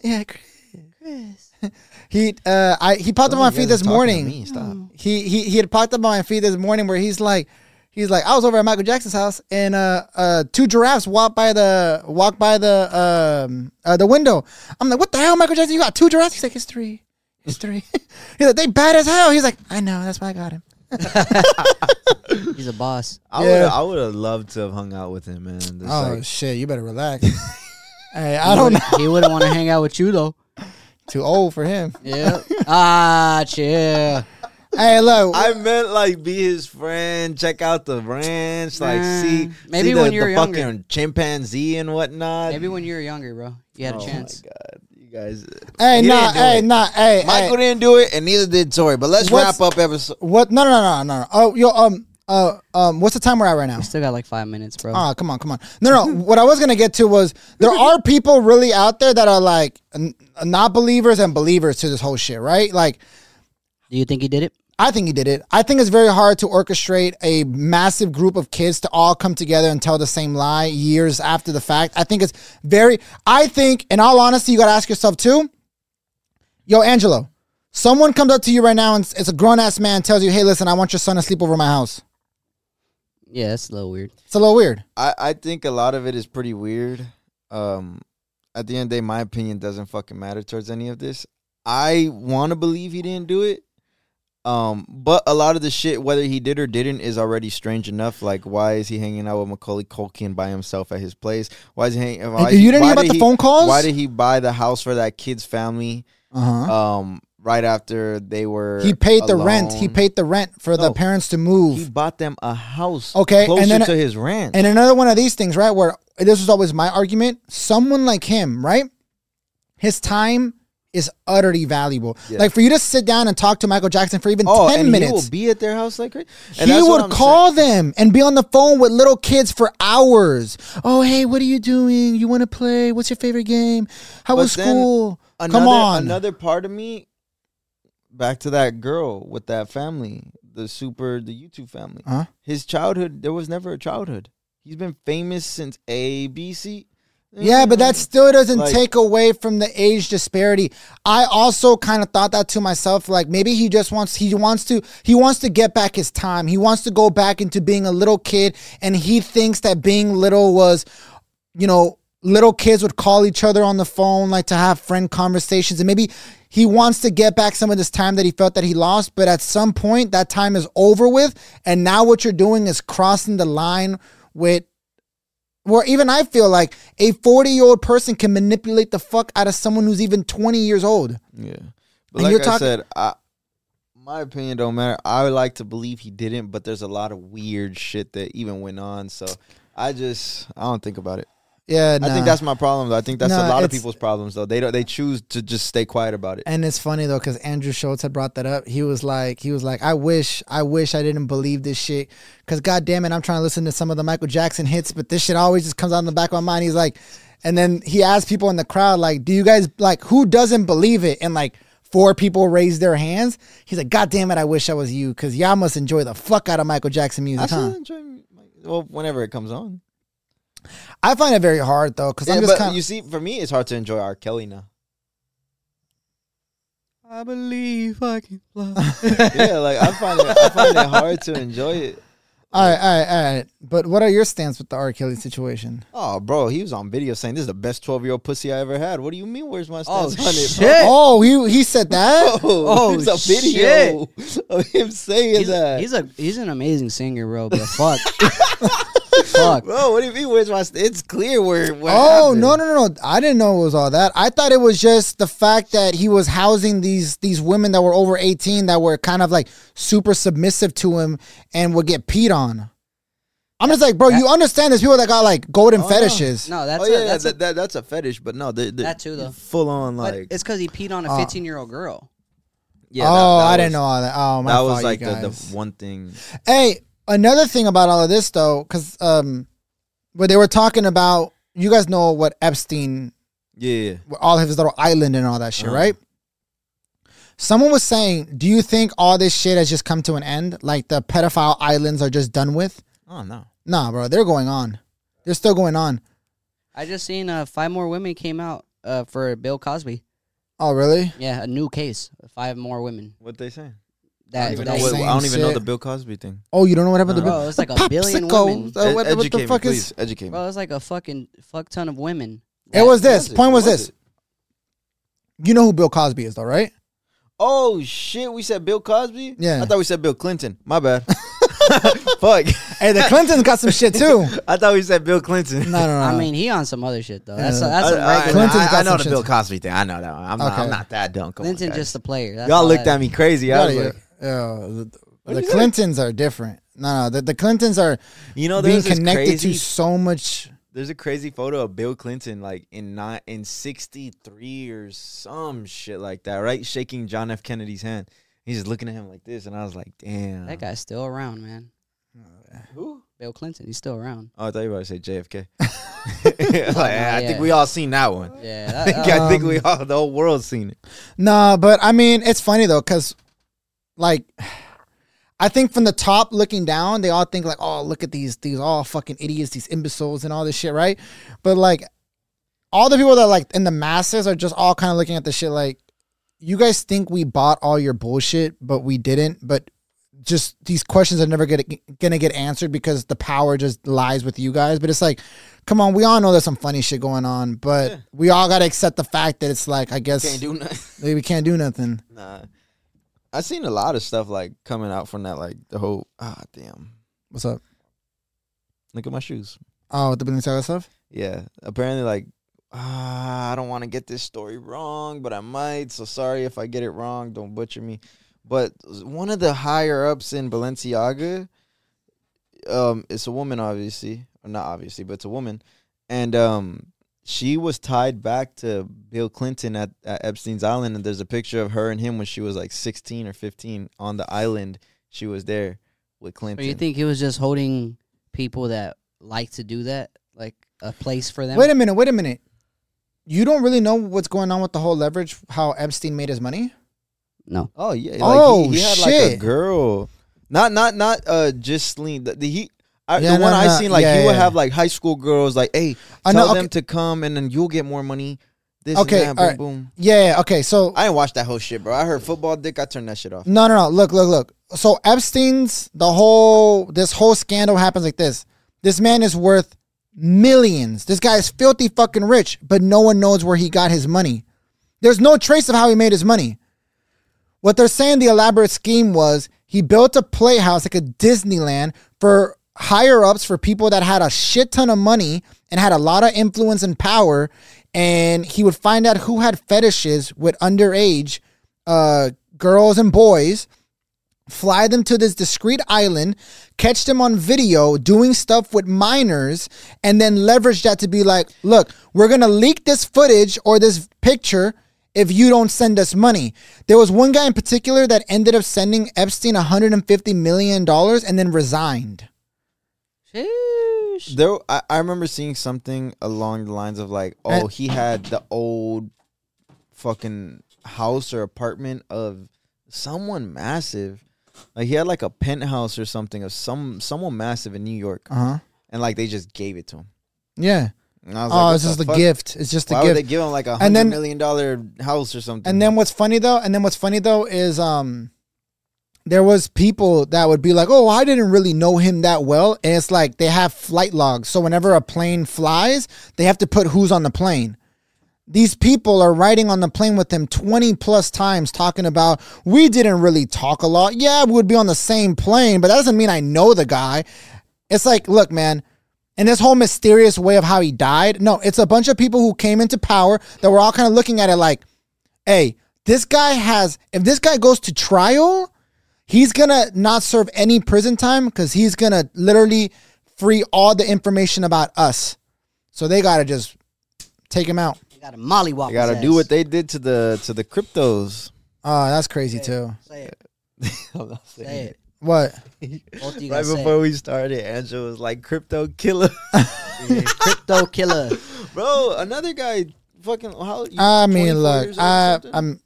[SPEAKER 1] Yeah, Chris. he uh, I he popped up on my feed this morning.
[SPEAKER 2] Stop.
[SPEAKER 3] Mm.
[SPEAKER 1] He he he had popped up on my feed this morning where he's like, he's like, I was over at Michael Jackson's house and uh uh two giraffes walked by the walked by the um uh, the window. I'm like, what the hell, Michael Jackson? You got two giraffes? He's like, it's three, it's three. he's like, they bad as hell. He's like, I know, that's why I got him.
[SPEAKER 3] He's a boss.
[SPEAKER 2] I
[SPEAKER 1] Yeah.
[SPEAKER 2] would I would have loved to have hung out with him, man. Just
[SPEAKER 1] Oh
[SPEAKER 2] like,
[SPEAKER 1] shit, you better relax. hey, I don't know.
[SPEAKER 3] He wouldn't want to hang out with you though.
[SPEAKER 1] Too old for him.
[SPEAKER 3] Yeah. ah, chill.
[SPEAKER 1] Hey, look,
[SPEAKER 2] I meant like be his friend, check out the ranch, like
[SPEAKER 3] Nah.
[SPEAKER 2] see
[SPEAKER 3] Maybe
[SPEAKER 2] see
[SPEAKER 3] when
[SPEAKER 2] the,
[SPEAKER 3] you were
[SPEAKER 2] the
[SPEAKER 3] younger.
[SPEAKER 2] fucking chimpanzee and whatnot.
[SPEAKER 3] Maybe when you were younger, bro, you had
[SPEAKER 2] oh
[SPEAKER 3] a chance.
[SPEAKER 2] My God, you guys.
[SPEAKER 1] hey,
[SPEAKER 2] he
[SPEAKER 1] nah,
[SPEAKER 2] didn't do
[SPEAKER 1] hey,
[SPEAKER 2] it.
[SPEAKER 1] nah, hey, hey.
[SPEAKER 2] Michael didn't do it, and neither did Tori. But let's
[SPEAKER 1] What's-
[SPEAKER 2] wrap up episode.
[SPEAKER 1] What? No, no, no, no, no. Oh, yo, um, uh, um, what's the time we're at right now?
[SPEAKER 3] Still got like five minutes, bro.
[SPEAKER 2] Uh-huh.
[SPEAKER 1] Ah, come on, come on. No, no. what I was gonna get to was there are people really out there that are like n- not believers and believers to this whole shit, right? Like,
[SPEAKER 3] Do you think he did it?
[SPEAKER 1] I think he did it. I think it's very hard to orchestrate a massive group of kids to all come together and tell the same lie years after the fact. I think it's very, I think, in all honesty, you got to ask yourself too, yo, Angelo, someone comes up to you right now and it's it's a grown ass man tells you, hey, listen, I want your son to sleep over my house.
[SPEAKER 3] Yeah, that's a little weird.
[SPEAKER 1] It's a little weird.
[SPEAKER 2] I I think a lot of it is pretty weird. Um, at the end of the day, my opinion doesn't fucking matter towards any of this. I want to believe he didn't do it. Um, but a lot of the shit, whether he did or didn't, is already strange enough. Like, why is he hanging out with Macaulay Culkin by himself at his place? Why is he hanging? Why,
[SPEAKER 1] you didn't
[SPEAKER 2] why
[SPEAKER 1] hear about
[SPEAKER 2] did
[SPEAKER 1] the
[SPEAKER 2] he-
[SPEAKER 1] phone calls?
[SPEAKER 2] Why did he buy the house for that kid's family?
[SPEAKER 1] Uh-huh.
[SPEAKER 2] Um, right after they were
[SPEAKER 1] He paid the rent. He
[SPEAKER 2] alone?
[SPEAKER 1] paid the rent for the
[SPEAKER 2] No.
[SPEAKER 1] parents to
[SPEAKER 2] He
[SPEAKER 1] move.
[SPEAKER 2] bought them a house.
[SPEAKER 1] Okay, and
[SPEAKER 2] closer
[SPEAKER 1] then-
[SPEAKER 2] to his ranch.
[SPEAKER 1] And another one of these things, right? Where this was always my argument. Someone like him, right? His time is utterly valuable.
[SPEAKER 2] Yeah.
[SPEAKER 1] Like for you to sit down and talk to Michael Jackson for even
[SPEAKER 2] oh,
[SPEAKER 1] ten
[SPEAKER 2] and
[SPEAKER 1] minutes,
[SPEAKER 2] he will be at their house like crazy. And
[SPEAKER 1] he
[SPEAKER 2] that's what
[SPEAKER 1] would
[SPEAKER 2] I'm
[SPEAKER 1] call them and be on the phone with little kids for hours. Oh, hey, what are you doing? You want to play? What's your favorite game? How
[SPEAKER 2] But
[SPEAKER 1] was
[SPEAKER 2] then
[SPEAKER 1] school?
[SPEAKER 2] saying.
[SPEAKER 1] Come
[SPEAKER 2] Another-
[SPEAKER 1] on.
[SPEAKER 2] Another part of me, back to that girl with that family, the super, the YouTube family.
[SPEAKER 1] Huh?
[SPEAKER 2] His childhood, there was never a childhood. He's been famous since A, B, C. Mm-hmm.
[SPEAKER 1] Yeah, but that still doesn't
[SPEAKER 2] Mm. Like-
[SPEAKER 1] take away from the age disparity. I also kind of thought that to myself, like maybe he just wants he wants to he wants to get back his time. He wants to go back into being a little kid, and he thinks that being little was, you know, little kids would call each other on the phone, like to have friend conversations, and maybe he wants to get back some of this time that he felt that he lost. But at some point, that time is over with, and now what you're doing is crossing the line with where even I feel like a 40 year old person can manipulate the fuck out of someone who's even 20 years old.
[SPEAKER 2] Yeah.
[SPEAKER 1] And
[SPEAKER 2] But like
[SPEAKER 1] you're
[SPEAKER 2] I
[SPEAKER 1] talking-
[SPEAKER 2] said, I, my opinion don't matter. I would like to believe he didn't, but there's a lot of weird shit that even went on. So I just, I don't think about it.
[SPEAKER 1] Yeah,
[SPEAKER 2] I think
[SPEAKER 1] nah.
[SPEAKER 2] that's my problem. Though. I think that's
[SPEAKER 1] Nah,
[SPEAKER 2] a lot of
[SPEAKER 1] it's-
[SPEAKER 2] people's problems, though. They don't. They choose to just stay quiet about it.
[SPEAKER 1] And it's funny though, because Andrew Schultz had brought that up. He was like, he was like, I wish, I wish I didn't believe this shit. Cause god damn it, I'm trying to listen to some of the Michael Jackson hits, but this shit always just comes out in the back of my mind. He's like, And then he asked people in the crowd, like, do you guys like who doesn't believe it? And like four people raised their hands. He's like, God damn it, I wish I was you, because y'all must enjoy the fuck out of Michael Jackson music,
[SPEAKER 2] Actually, I
[SPEAKER 1] huh?
[SPEAKER 2] enjoy my- well, whenever it comes on.
[SPEAKER 1] I find it very hard though, because
[SPEAKER 2] Yeah,
[SPEAKER 1] I'm
[SPEAKER 2] but
[SPEAKER 1] just kind
[SPEAKER 2] you
[SPEAKER 1] of
[SPEAKER 2] see, for me, it's hard to enjoy R. Kelly now.
[SPEAKER 3] I believe I can fly.
[SPEAKER 2] yeah, like I find it, I find it hard to enjoy it.
[SPEAKER 1] all right, all right, all right. But what are your stance with the R. Kelly situation?
[SPEAKER 2] Oh, bro, he was on video saying this is the best twelve year old pussy I ever had. What do you mean? Where's my
[SPEAKER 3] Oh
[SPEAKER 2] stance on it?
[SPEAKER 3] shit!
[SPEAKER 1] Oh, he he said that.
[SPEAKER 2] Oh,
[SPEAKER 3] Oh,
[SPEAKER 2] it's a video of him saying
[SPEAKER 3] he's,
[SPEAKER 2] that.
[SPEAKER 3] he's a he's an amazing singer, bro. But fuck, fuck.
[SPEAKER 2] bro, what do you mean? Where's my? St- it's clear where. What
[SPEAKER 1] Oh
[SPEAKER 2] happened.
[SPEAKER 1] no no no no! I didn't know it was all that. I thought it was just the fact that he was housing these these women that were over eighteen that were kind of like super submissive to him and would get peed on. I'm just like, bro, you understand? There's people that got like golden
[SPEAKER 2] no.
[SPEAKER 1] fetishes.
[SPEAKER 3] No, that's
[SPEAKER 2] oh
[SPEAKER 3] a,
[SPEAKER 2] yeah,
[SPEAKER 3] that's a,
[SPEAKER 2] that, that, that's a fetish, but no, they, they,
[SPEAKER 3] That too, though.
[SPEAKER 2] Full on
[SPEAKER 3] but
[SPEAKER 2] like.
[SPEAKER 3] it's because he peed on a
[SPEAKER 2] Ah.
[SPEAKER 1] Uh,
[SPEAKER 3] 15 year old girl.
[SPEAKER 2] yeah, that-
[SPEAKER 1] oh,
[SPEAKER 2] that
[SPEAKER 1] I
[SPEAKER 2] was-
[SPEAKER 1] didn't know all that. Oh my
[SPEAKER 2] That
[SPEAKER 1] fault,
[SPEAKER 2] was
[SPEAKER 1] you
[SPEAKER 2] like the, the
[SPEAKER 1] guys.
[SPEAKER 2] one thing.
[SPEAKER 1] Hey, another thing about all of this though, because um, when they were talking about, you guys know what Epstein
[SPEAKER 2] Yeah,
[SPEAKER 1] with all his little island and all that shit,
[SPEAKER 2] Uh-huh.
[SPEAKER 1] right? Someone was saying, "Do you think all this shit has just come to an end? Like the pedophile islands are just done with?"
[SPEAKER 2] oh no,
[SPEAKER 1] Nah, bro, they're going on. They're still going on.
[SPEAKER 3] I just seen uh, five more women came out uh, for Bill Cosby.
[SPEAKER 1] Oh, really?
[SPEAKER 3] Yeah, a new case. Five more women.
[SPEAKER 2] what they saying? I
[SPEAKER 3] That,
[SPEAKER 2] don't even know.
[SPEAKER 3] that
[SPEAKER 1] the
[SPEAKER 2] What,
[SPEAKER 1] same
[SPEAKER 2] I don't even know
[SPEAKER 1] shit.
[SPEAKER 2] the Bill Cosby thing.
[SPEAKER 1] Oh, you don't know what happened
[SPEAKER 2] No.
[SPEAKER 1] to
[SPEAKER 3] Bro, it's like a
[SPEAKER 1] Pepsico.
[SPEAKER 3] billion
[SPEAKER 1] Uh,
[SPEAKER 3] women.
[SPEAKER 1] what,
[SPEAKER 2] Ed-
[SPEAKER 1] what
[SPEAKER 2] educate
[SPEAKER 1] the fuck
[SPEAKER 2] me,
[SPEAKER 1] is?
[SPEAKER 2] please. Educate me.
[SPEAKER 3] Bro, it's like a fucking fuck ton of women.
[SPEAKER 1] It was this.
[SPEAKER 2] Was it?
[SPEAKER 1] Point was,
[SPEAKER 2] Was
[SPEAKER 1] this.
[SPEAKER 2] it?
[SPEAKER 1] You know who Bill Cosby is, though, right?
[SPEAKER 2] Oh shit, we said Bill Cosby.
[SPEAKER 1] Yeah.
[SPEAKER 2] I thought we said Bill Clinton. My bad. Fuck,
[SPEAKER 1] Hey, the Clintons got some shit too.
[SPEAKER 2] I thought we said Bill Clinton.
[SPEAKER 1] No, no, no.
[SPEAKER 3] I
[SPEAKER 1] no.
[SPEAKER 3] mean, he on some other shit though. That's
[SPEAKER 1] Yeah.
[SPEAKER 3] a, that's
[SPEAKER 2] I,
[SPEAKER 3] a
[SPEAKER 2] I-
[SPEAKER 3] regular.
[SPEAKER 1] Clinton's
[SPEAKER 2] I- I
[SPEAKER 1] got
[SPEAKER 2] know
[SPEAKER 1] some
[SPEAKER 2] the
[SPEAKER 1] shit.
[SPEAKER 2] Bill Cosby thing. I know that. One. I'm, not,
[SPEAKER 1] Okay.
[SPEAKER 2] I'm not that dumb. Come on,
[SPEAKER 3] Clinton
[SPEAKER 2] guys.
[SPEAKER 3] just a player. That's
[SPEAKER 2] y'all
[SPEAKER 3] all
[SPEAKER 2] looked
[SPEAKER 3] that-
[SPEAKER 2] at me crazy.
[SPEAKER 1] You
[SPEAKER 2] I
[SPEAKER 1] gotta-
[SPEAKER 2] was like,
[SPEAKER 1] yeah, the-
[SPEAKER 2] What
[SPEAKER 1] the
[SPEAKER 2] is that?
[SPEAKER 1] Clintons are different. No, no, the, the Clintons are
[SPEAKER 2] you know,
[SPEAKER 1] being
[SPEAKER 2] there's this
[SPEAKER 1] connected
[SPEAKER 2] crazy.
[SPEAKER 1] to so much.
[SPEAKER 2] there's a crazy photo of Bill Clinton like in not in '63 or some shit like that, right? Shaking John F. Kennedy's hand. He's just looking at him like this, and I was like, damn.
[SPEAKER 3] That guy's still around, man.
[SPEAKER 2] Who?
[SPEAKER 3] Bill Clinton, he's still around.
[SPEAKER 2] Oh, I thought you were about to say JFK. Like, I
[SPEAKER 3] Oh, yeah. Um,
[SPEAKER 2] think we all seen that one.
[SPEAKER 3] Yeah,
[SPEAKER 2] I
[SPEAKER 3] that-
[SPEAKER 2] think,
[SPEAKER 3] that-
[SPEAKER 2] I think we all, the whole world's seen it.
[SPEAKER 1] Nah, but I mean, it's funny though, cause like, I think from the top looking down, they all think like, oh, look at these these all fucking idiots, these imbeciles, and all this shit, right? But like, all the people that are, like in the masses are just all kind of looking at the shit like, you guys think we bought all your bullshit, but we didn't. But just these questions are never gonna gonna get answered because the power just lies with you guys. But it's like, come on, we all know there's some funny shit going on, but we all gotta accept the fact that it's like, I guess.
[SPEAKER 2] Can't do nothing.
[SPEAKER 1] Like, we can't do nothing.
[SPEAKER 2] Nah. I seen a lot of stuff like coming out from that, like the whole, ah, damn.
[SPEAKER 1] What's up?
[SPEAKER 2] Look at my shoes.
[SPEAKER 1] Oh, with the Balenciaga stuff?
[SPEAKER 2] Yeah. Apparently, like, ah, I don't want to get this story wrong, but I might. So sorry if I get it wrong. Don't butcher me. But one of the higher ups in Balenciaga, um, it's a woman, obviously, or not obviously, but it's a woman, and um, she was tied back to Bill Clinton at, at Epstein's Island, and there's a picture of her and him when she was like 16 or 15 on the island. She was there with
[SPEAKER 3] Or
[SPEAKER 2] Clinton.
[SPEAKER 3] you think he was just holding people that like to do that, like a place for them?
[SPEAKER 1] Wait a minute, wait a minute. You don't really know what's going on with the whole leverage, how Epstein made his money?
[SPEAKER 3] no,
[SPEAKER 2] Oh yeah. Like,
[SPEAKER 1] Oh,
[SPEAKER 2] he, he had like a
[SPEAKER 1] shit. the
[SPEAKER 2] girl. Not not not uh just lean. The, the he I,
[SPEAKER 1] Yeah,
[SPEAKER 2] the
[SPEAKER 1] no,
[SPEAKER 2] one I
[SPEAKER 1] no.
[SPEAKER 2] seen like
[SPEAKER 1] Yeah,
[SPEAKER 2] he would
[SPEAKER 1] yeah.
[SPEAKER 2] have like high school girls like, hey,
[SPEAKER 1] I
[SPEAKER 2] tell
[SPEAKER 1] know, okay.
[SPEAKER 2] them to come and then you'll get more money. This
[SPEAKER 1] Okay,
[SPEAKER 2] and that, boom
[SPEAKER 1] alright.
[SPEAKER 2] boom.
[SPEAKER 1] Yeah, yeah, okay. So,
[SPEAKER 2] I didn't watch that whole shit, bro. I heard football dick. I turned that shit off.
[SPEAKER 1] no, no, no. Look, look, look. So, Epstein's, the whole, this whole scandal happens like this. This man is worth millions. This guy is filthy fucking rich, but no one knows where he got his money. There's no trace of how he made his money. What they're saying the elaborate scheme was he built a playhouse like a Disneyland for higher ups for people that had a shit ton of money and had a lot of influence and power and he would find out who had fetishes with underage uh, girls and boys fly them to this discreet island catch them on video doing stuff with minors and then leverage that to be like look we're gonna leak this footage or this picture if you don't send us money there was one guy in particular that ended up sending epstein 150 million dollars and then resigned
[SPEAKER 3] Shit. dollars?
[SPEAKER 2] There, I, I remember seeing something along the lines of like, oh,
[SPEAKER 1] And-
[SPEAKER 2] he had the old fucking house or apartment of someone massive. Like he had like a penthouse or something of some someone massive in New York,
[SPEAKER 1] Uh huh.
[SPEAKER 2] and like they just gave it to him.
[SPEAKER 1] Yeah.
[SPEAKER 2] And I was like,
[SPEAKER 1] Oh,
[SPEAKER 2] what
[SPEAKER 1] it's
[SPEAKER 2] the
[SPEAKER 1] just a
[SPEAKER 2] fuck?
[SPEAKER 1] gift. It's just
[SPEAKER 2] Why
[SPEAKER 1] a
[SPEAKER 2] would they
[SPEAKER 1] gift.
[SPEAKER 2] give him like a
[SPEAKER 1] And
[SPEAKER 2] hundred
[SPEAKER 1] then-
[SPEAKER 2] million dollar house or something?
[SPEAKER 1] And then what's funny though, and then what's funny though is um, there was people that would be like, "Oh, I didn't really know him that well." And it's like they have flight logs, so whenever a plane flies, they have to put who's on the plane. These people are riding on the plane with him 20 plus times talking about, we didn't really talk a lot. Yeah, we would be on the same plane, but that doesn't mean I know the guy. It's like, look, man, and this whole mysterious way of how he died, no, it's a bunch of people who came into power that were all kind of looking at it like, hey, this guy has, if this guy goes to trial, he's gonna not serve any prison time because he's gonna literally free all the information about us. So they gotta just take him out.
[SPEAKER 3] You got a mollywop.
[SPEAKER 2] they gotta
[SPEAKER 3] his
[SPEAKER 2] do
[SPEAKER 3] ass.
[SPEAKER 2] what they did to the to the cryptos.
[SPEAKER 1] Oh, that's crazy too.
[SPEAKER 3] Say it.
[SPEAKER 2] I'm not saying
[SPEAKER 3] Say
[SPEAKER 2] it.
[SPEAKER 3] it.
[SPEAKER 1] What?
[SPEAKER 3] Both of you
[SPEAKER 2] Right
[SPEAKER 3] guys
[SPEAKER 2] before we started, Angel was like, "Crypto killer,
[SPEAKER 3] say it. crypto killer.
[SPEAKER 2] bro." Another guy, fucking. How, you
[SPEAKER 1] I
[SPEAKER 2] 24
[SPEAKER 1] mean,
[SPEAKER 2] years
[SPEAKER 1] look,
[SPEAKER 2] old or
[SPEAKER 1] I,
[SPEAKER 2] something?
[SPEAKER 1] I'm,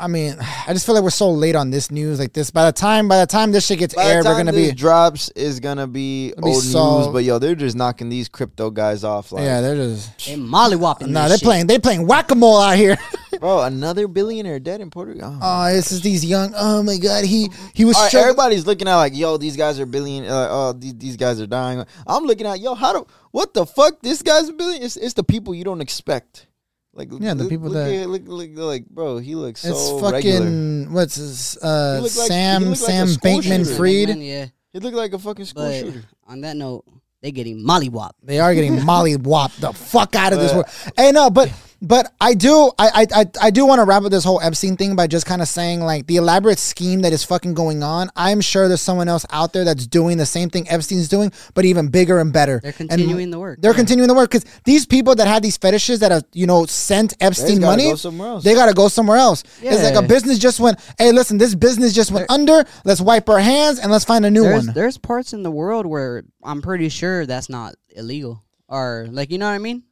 [SPEAKER 1] I mean, I just feel like we're so late on this news. Like this, by the time, by the time this shit gets
[SPEAKER 2] By the
[SPEAKER 1] aired, we're
[SPEAKER 2] time
[SPEAKER 1] gonna
[SPEAKER 2] this
[SPEAKER 1] be,
[SPEAKER 2] drops is gonna be
[SPEAKER 1] be
[SPEAKER 2] old
[SPEAKER 1] so-
[SPEAKER 2] news, but yo, they're just knocking these crypto guys off. Like,
[SPEAKER 1] yeah, they're just.
[SPEAKER 3] They mollywopping.
[SPEAKER 1] No,
[SPEAKER 3] this
[SPEAKER 1] they're
[SPEAKER 3] shit.
[SPEAKER 1] playing. They're playing whack a mole out here.
[SPEAKER 2] bro, another billionaire dead in Puerto Rico.
[SPEAKER 1] Oh, this is these young. Oh my god, he he was.
[SPEAKER 2] All right,
[SPEAKER 1] struggling-
[SPEAKER 2] everybody's looking at like, yo, these guys are billion. Uh, oh, these, these guys are dying. I'm looking at, yo, how do what the fuck? This guy's a billion. It's, it's the people you don't expect. Like,
[SPEAKER 1] Yeah, the
[SPEAKER 2] look-
[SPEAKER 1] people
[SPEAKER 2] look
[SPEAKER 1] that-
[SPEAKER 2] at- look, look, like, bro, he looks
[SPEAKER 1] It's
[SPEAKER 2] so
[SPEAKER 1] fucking
[SPEAKER 2] regular.
[SPEAKER 1] what's his uh
[SPEAKER 2] He looked like- he
[SPEAKER 1] Sam
[SPEAKER 2] looked like a
[SPEAKER 1] Sam
[SPEAKER 2] school
[SPEAKER 1] Bankman
[SPEAKER 2] shooter.
[SPEAKER 1] Freed.
[SPEAKER 3] Yeah.
[SPEAKER 2] He looked like a fucking school
[SPEAKER 3] But
[SPEAKER 2] shooter.
[SPEAKER 3] on that note, they getting mollywop.
[SPEAKER 1] They are getting molly whopped the fuck out of this
[SPEAKER 2] But-
[SPEAKER 1] world. Hey, no, but but I do I I I, I do want to wrap up this whole Epstein thing by just kind of saying like the elaborate scheme that is fucking going on. I'm sure there's someone else out there that's doing the same thing Epstein's doing, but even bigger and better.
[SPEAKER 3] They're
[SPEAKER 1] And
[SPEAKER 3] continuing the work.
[SPEAKER 1] They're continuing the work because these people that had these fetishes that have you know sent Epstein
[SPEAKER 2] gotta
[SPEAKER 1] money,
[SPEAKER 2] go somewhere else.
[SPEAKER 1] they gotta go somewhere else. It's like
[SPEAKER 3] Yeah.
[SPEAKER 1] a business just went. Hey, listen, this business just went under. Let's wipe our hands and let's find a new
[SPEAKER 3] There's
[SPEAKER 1] one.
[SPEAKER 3] there's parts in the world where I'm pretty sure that's not illegal or like you know what I mean.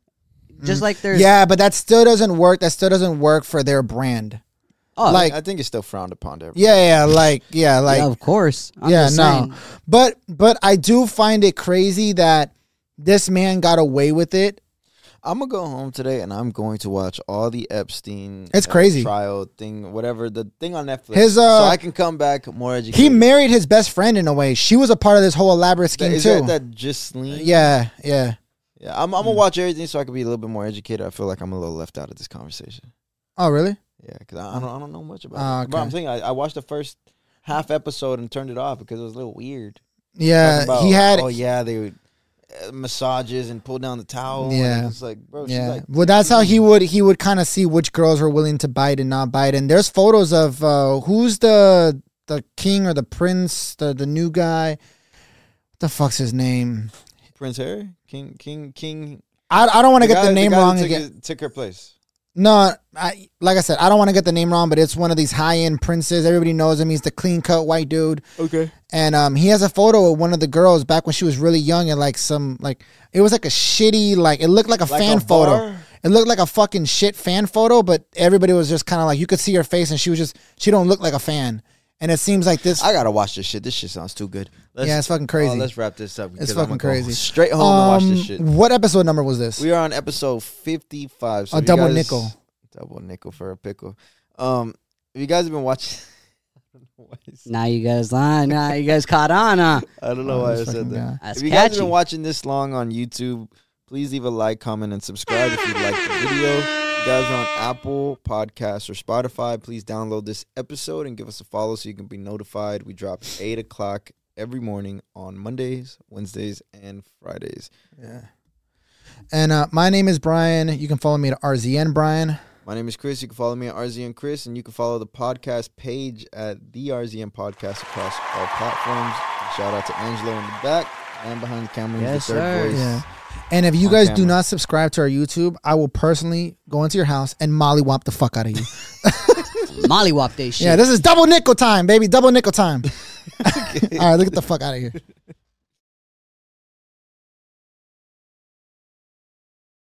[SPEAKER 3] Just like there's
[SPEAKER 1] Mm. Yeah, but that still doesn't work. That still doesn't work for their brand.
[SPEAKER 3] oh,
[SPEAKER 1] like-
[SPEAKER 2] I think it's still frowned upon. To everybody.
[SPEAKER 1] Yeah, yeah, like yeah, like
[SPEAKER 3] yeah, of course I'm
[SPEAKER 1] yeah,
[SPEAKER 3] just
[SPEAKER 1] no.
[SPEAKER 3] saying.
[SPEAKER 1] But but I do find it crazy that this man got away with it.
[SPEAKER 2] I'm gonna go home today and I'm going to watch all the Epstein.
[SPEAKER 1] It's
[SPEAKER 2] uh,
[SPEAKER 1] crazy.
[SPEAKER 2] trial thing, whatever the thing on Netflix.
[SPEAKER 1] His, uh,
[SPEAKER 2] so I can come back more educated.
[SPEAKER 1] He married his best friend in a way. She was a part of this whole elaborate scheme
[SPEAKER 2] is
[SPEAKER 1] too.
[SPEAKER 2] that that just lean?
[SPEAKER 1] yeah, yeah.
[SPEAKER 2] yeah. I'm, I'm gonna
[SPEAKER 1] Mm.
[SPEAKER 2] watch everything so I can be a little bit more educated. I feel like I'm a little left out of this conversation.
[SPEAKER 1] Oh, really?
[SPEAKER 2] Yeah, because I, I don't I don't know much about.
[SPEAKER 1] Ah,
[SPEAKER 2] it. But
[SPEAKER 1] okay.
[SPEAKER 2] I'm saying I, I watched the first half episode and turned it off because it was a little weird.
[SPEAKER 1] Yeah,
[SPEAKER 2] Talking about,
[SPEAKER 1] Uh, he had.
[SPEAKER 2] Oh yeah, they would uh, massages and pull down the towel.
[SPEAKER 1] Yeah.
[SPEAKER 2] and it's like bro, she's
[SPEAKER 1] Yeah.
[SPEAKER 2] like
[SPEAKER 1] well, that's how he would he would kind of see which girls were willing to bite and not bite. And there's photos of uh, who's the the king or the prince, the the new guy. What the fuck's his name?
[SPEAKER 2] Prince Harry, King King King.
[SPEAKER 1] I, I don't want to get
[SPEAKER 2] guy-
[SPEAKER 1] the name
[SPEAKER 2] guy that
[SPEAKER 1] wrong
[SPEAKER 2] took
[SPEAKER 1] again.
[SPEAKER 2] his- took her place.
[SPEAKER 1] No, I like I said, I don't want to get the name wrong, but it's one of these high end princes. Everybody knows him. He's the clean cut white dude.
[SPEAKER 2] Okay.
[SPEAKER 1] and um, he has a photo of one of the girls back when she was really young and like some like it was like a shitty like it looked like a
[SPEAKER 2] Like
[SPEAKER 1] fan
[SPEAKER 2] a
[SPEAKER 1] photo
[SPEAKER 2] bar?
[SPEAKER 1] it looked like a fucking shit fan photo but everybody was just kind of like you could see her face and she was just she don't look like a fan and it seems like this
[SPEAKER 2] I gotta watch this shit. This shit sounds too good. Let's,
[SPEAKER 1] Yeah, it's fucking crazy.
[SPEAKER 2] oh, let's wrap this up. because I'm
[SPEAKER 1] fucking
[SPEAKER 2] gonna go
[SPEAKER 1] crazy.
[SPEAKER 2] Straight home and watch this shit.
[SPEAKER 1] um, what episode number was this
[SPEAKER 2] We are on episode fifty-five. So
[SPEAKER 1] A
[SPEAKER 2] if you
[SPEAKER 1] double
[SPEAKER 2] guys-
[SPEAKER 1] nickel.
[SPEAKER 2] Double nickel for a pickle. Um, if you guys have been watching, I don't know why I said-
[SPEAKER 3] Now you guys lying. Now you guys caught on. Huh?
[SPEAKER 2] I don't know
[SPEAKER 1] Oh,
[SPEAKER 2] why I
[SPEAKER 1] this
[SPEAKER 2] said
[SPEAKER 1] fucking
[SPEAKER 2] that.
[SPEAKER 3] guy.
[SPEAKER 2] if you guys have
[SPEAKER 3] That's
[SPEAKER 2] been watching this long on YouTube, please leave a like, comment, and subscribe if you like the video. If you guys are on Apple Podcasts or Spotify, please download this episode and give us a follow so you can be notified. We drop eight o'clock every morning on Mondays, Wednesdays, and Fridays.
[SPEAKER 1] and uh, my name is brian you can follow me at rzn brian
[SPEAKER 2] My name is Chris. You can follow me at RZN Chris, and you can follow the podcast page at the RZN Podcast across all platforms. Shout out to Angelo in the back and behind the camera, who's
[SPEAKER 3] Yes,
[SPEAKER 2] the third
[SPEAKER 3] sir.
[SPEAKER 2] voice.
[SPEAKER 1] yeah and if you
[SPEAKER 2] On
[SPEAKER 1] guys do
[SPEAKER 2] camera.
[SPEAKER 1] not subscribe to our youtube i will personally go into your house and mollywop the fuck out of you
[SPEAKER 3] Mollywop they shit.
[SPEAKER 1] Yeah, this is double nickel time, baby. Double nickel time. All right, let's get the fuck out of here.